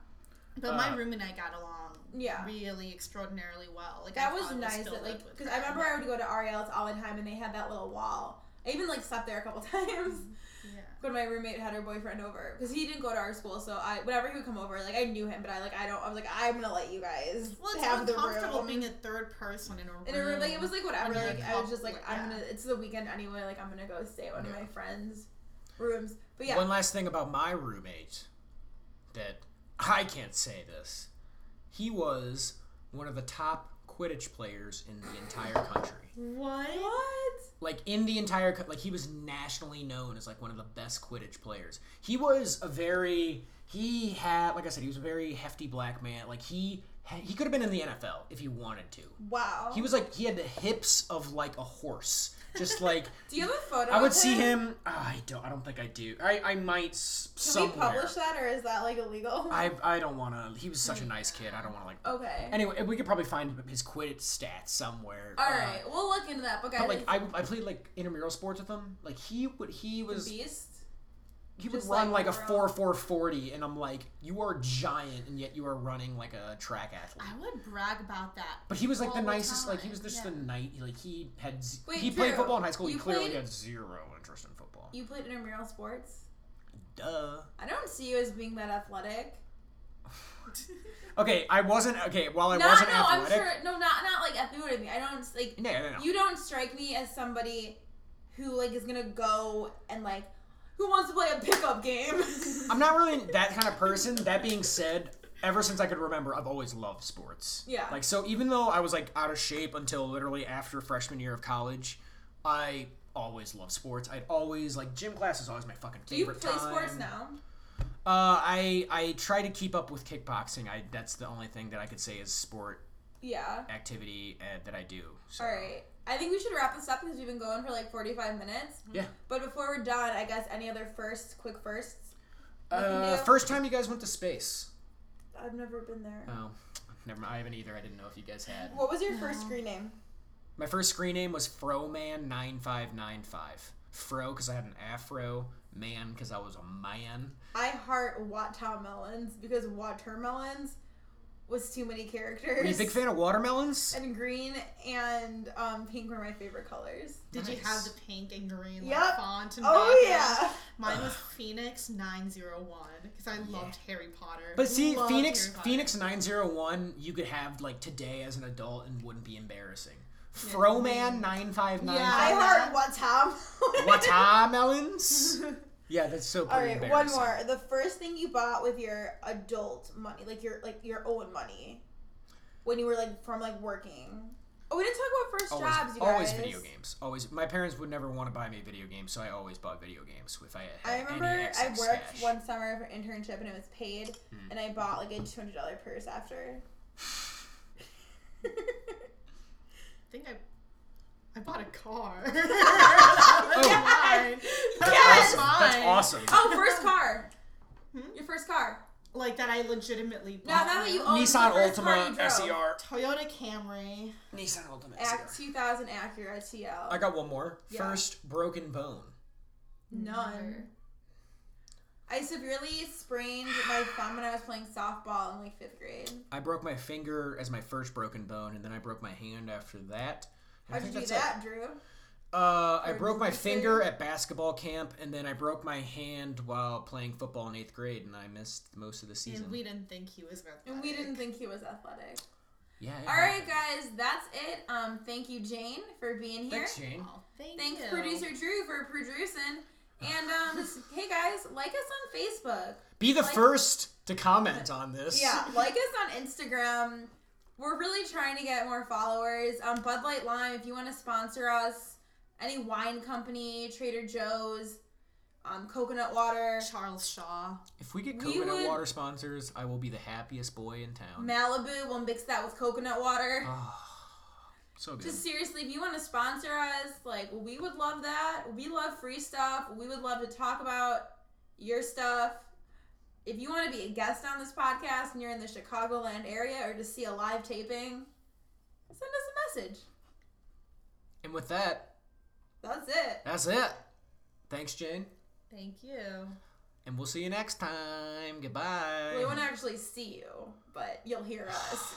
Speaker 3: But my
Speaker 2: Uh,
Speaker 3: room and I got along
Speaker 1: Yeah.
Speaker 3: really extraordinarily well. Like
Speaker 1: That
Speaker 3: I
Speaker 1: was
Speaker 3: probably
Speaker 1: nice.
Speaker 3: still
Speaker 1: That,
Speaker 3: live
Speaker 1: like,
Speaker 3: with
Speaker 1: because
Speaker 3: her.
Speaker 1: I remember I would go to Ariel's all the time, and they had that little wall. I even like slept there a couple times
Speaker 3: Mm-hmm. Yeah.
Speaker 1: when my roommate had her boyfriend over because he didn't go to our school. So I, whenever he would come over, like I knew him, but I like I don't. I was like I'm gonna let you guys
Speaker 3: Well, it's
Speaker 1: have the
Speaker 3: uncomfortable
Speaker 1: room.
Speaker 3: being a third person in a room.
Speaker 1: and it, was, like it was like whatever.
Speaker 3: when you're
Speaker 1: Like I was just like
Speaker 3: uncomfortable,
Speaker 1: I'm
Speaker 3: yeah.
Speaker 1: gonna. It's the weekend anyway. Like I'm gonna go stay at one
Speaker 2: Yeah.
Speaker 1: of my friends' rooms. But yeah,
Speaker 2: One last thing about my roommate that I can't say this. He was one of the top Quidditch players in the entire country.
Speaker 3: What?
Speaker 1: what?
Speaker 2: like in the entire co- like he was nationally known as like one of the best quidditch players he was a very he had like i said he was a very hefty black man like he he could have been in the nfl if he wanted to
Speaker 1: Wow.
Speaker 2: he was like he had the hips of like a horse just like
Speaker 1: Do you have a photo?
Speaker 2: i would
Speaker 1: of
Speaker 2: see him ah, i don't i don't think i do i i might s-
Speaker 1: Can
Speaker 2: somewhere
Speaker 1: we publish that, or is that like illegal?
Speaker 2: i i don't want to he was such a nice kid i don't want to like
Speaker 1: okay.
Speaker 2: anyway we could probably find his quidditch stats somewhere
Speaker 1: all
Speaker 2: Uh,
Speaker 1: right, we'll look into that. But guys,
Speaker 2: but like I, I played like intramural sports with him. Like he would he was
Speaker 1: beast.
Speaker 2: he would
Speaker 1: Just,
Speaker 2: run like,
Speaker 1: like,
Speaker 2: a
Speaker 1: around.
Speaker 2: four four forty, and I'm like, you are giant, and yet you are running like a track athlete.
Speaker 3: I would brag about that.
Speaker 2: But he was like
Speaker 3: all
Speaker 2: the
Speaker 3: the
Speaker 2: nicest. Like he was
Speaker 3: time,
Speaker 2: just
Speaker 3: yeah.
Speaker 2: the night. Like he had. z-
Speaker 1: Wait,
Speaker 2: he played
Speaker 1: Drew,
Speaker 2: football in high school. He
Speaker 1: you
Speaker 2: clearly
Speaker 1: played-
Speaker 2: had zero interest in football.
Speaker 1: You played intramural sports.
Speaker 2: Duh.
Speaker 1: I don't see you as being that athletic.
Speaker 2: Okay, I wasn't. Okay, while I
Speaker 1: No,
Speaker 2: wasn't
Speaker 1: no,
Speaker 2: athletic.
Speaker 1: I'm sure. No, not not like athletic. I don't like.
Speaker 2: No, no, no.
Speaker 1: You don't strike me as somebody who like is gonna go and like who wants to play a pickup game.
Speaker 2: I'm not really that kind of person. That being said, ever since I could remember, I've always loved sports.
Speaker 1: Yeah.
Speaker 2: Like so, even though I was like out of shape until literally after freshman year of college, I always loved sports. I'd always like gym class is always my fucking
Speaker 1: Do you
Speaker 2: favorite
Speaker 1: play
Speaker 2: time.
Speaker 1: sports now?
Speaker 2: Uh, I I try to keep up with kickboxing. I that's the only thing that I could say is sport
Speaker 1: Yeah.
Speaker 2: activity uh, that I do. So.
Speaker 1: All right. I think we should wrap this up because we've been going for like 45 minutes.
Speaker 2: Yeah.
Speaker 1: But before we're done, I guess any other first, quick firsts?
Speaker 2: Uh,
Speaker 1: do.
Speaker 2: first time you guys went to space.
Speaker 1: I've never been there.
Speaker 2: Oh, never mind. I haven't either. I didn't know if you guys had.
Speaker 1: What was your first screen name?
Speaker 2: My first screen name was Froman9595. Fro, because I had an afro. Man, because I was a man.
Speaker 1: I heart watermelons because watermelons was too many
Speaker 2: Are you a
Speaker 1: characters.
Speaker 2: big fan of watermelons?
Speaker 1: And green and um, pink were my favorite colors.
Speaker 3: Did you
Speaker 2: Nice.
Speaker 3: have the pink and green like,
Speaker 1: Yep.
Speaker 3: font and
Speaker 1: Oh,
Speaker 3: background?
Speaker 1: yeah.
Speaker 3: Mine was Phoenix 901 because I loved Harry Potter.
Speaker 2: But see,
Speaker 3: Loved
Speaker 2: Phoenix
Speaker 3: Harry Potter.
Speaker 2: Phoenix 901, you could have like today as an adult and wouldn't be embarrassing. Froman 959.
Speaker 3: Yeah.
Speaker 1: I heard
Speaker 3: yeah.
Speaker 1: one time.
Speaker 2: Watermelons? yeah, that's so
Speaker 1: All
Speaker 2: pretty
Speaker 1: right, one
Speaker 2: embarrassing.
Speaker 1: more. The first thing you bought with your adult money, like your like your own money, when you were like from like working. Oh, we didn't talk about first
Speaker 2: Always,
Speaker 1: jobs, you
Speaker 2: always
Speaker 1: guys.
Speaker 2: video games. Always, my parents would never want to buy me a video game, so I always bought video games if I had
Speaker 1: I remember
Speaker 2: any
Speaker 1: I
Speaker 2: excess
Speaker 1: worked
Speaker 2: cash.
Speaker 1: one summer for an internship and it was paid,
Speaker 2: Hmm.
Speaker 1: and I bought like a two hundred dollar purse after.
Speaker 3: I think I, I bought a car. That's mine.
Speaker 2: That's
Speaker 3: That's
Speaker 2: awesome. That's
Speaker 3: mine.
Speaker 2: awesome.
Speaker 1: oh, first car. Your first car.
Speaker 3: Like that, I legitimately
Speaker 1: No, not
Speaker 3: bought.
Speaker 1: that you owned. Oh, the
Speaker 2: Nissan
Speaker 1: first car you
Speaker 2: Ultima E
Speaker 1: drove.
Speaker 2: SER.
Speaker 3: Toyota Camry.
Speaker 2: Nissan Ultima
Speaker 1: Act
Speaker 2: SER.
Speaker 1: 2000 Acura TL.
Speaker 2: I got one more.
Speaker 1: E Yeah.
Speaker 2: First broken bone.
Speaker 1: None. I severely sprained my thumb when I was playing softball in like fifth grade.
Speaker 2: I broke my finger as my first broken bone, and then I broke my hand after that. And I
Speaker 1: How'd you
Speaker 2: think
Speaker 1: do
Speaker 2: that's it.
Speaker 1: that, Drew?
Speaker 2: Uh, I
Speaker 1: Or
Speaker 2: broke my
Speaker 1: did you say-
Speaker 2: finger at basketball camp, and then I broke my hand while playing football in eighth grade, and I missed most of the season.
Speaker 3: And we didn't think he was athletic.
Speaker 1: And we didn't think he was athletic.
Speaker 2: yeah. it
Speaker 1: All right,
Speaker 2: happened.
Speaker 1: guys, that's it. Um, thank you, Jane, for being here.
Speaker 2: Thanks, Shane.
Speaker 3: Oh, thank
Speaker 1: Thanks,
Speaker 3: you.
Speaker 1: producer Drew, for producing. And um, hey guys, like us on Facebook.
Speaker 2: Be the first to comment on this.
Speaker 1: Yeah, like us on Instagram. We're really trying to get more followers. Um, Bud Light Lime, if you want to sponsor us, any wine company, Trader Joe's, um, coconut water,
Speaker 3: Charles Shaw.
Speaker 2: If we get
Speaker 1: We
Speaker 2: coconut
Speaker 1: would-
Speaker 2: water sponsors, I will be the happiest boy in town.
Speaker 1: Malibu, we'll mix that with coconut water.
Speaker 2: Ah, so good.
Speaker 1: Just seriously, if you want to sponsor us, like we would love that. We love free stuff. We would love to talk about your stuff. If you want to be a guest on this podcast and you're in the Chicagoland area or to see a live taping, send us a message.
Speaker 2: and with that,
Speaker 1: That's it.
Speaker 2: that's it. Thanks, Jane,
Speaker 3: Thank you.
Speaker 2: and we'll see you next time. Goodbye.
Speaker 1: We won't actually see you, but you'll hear us.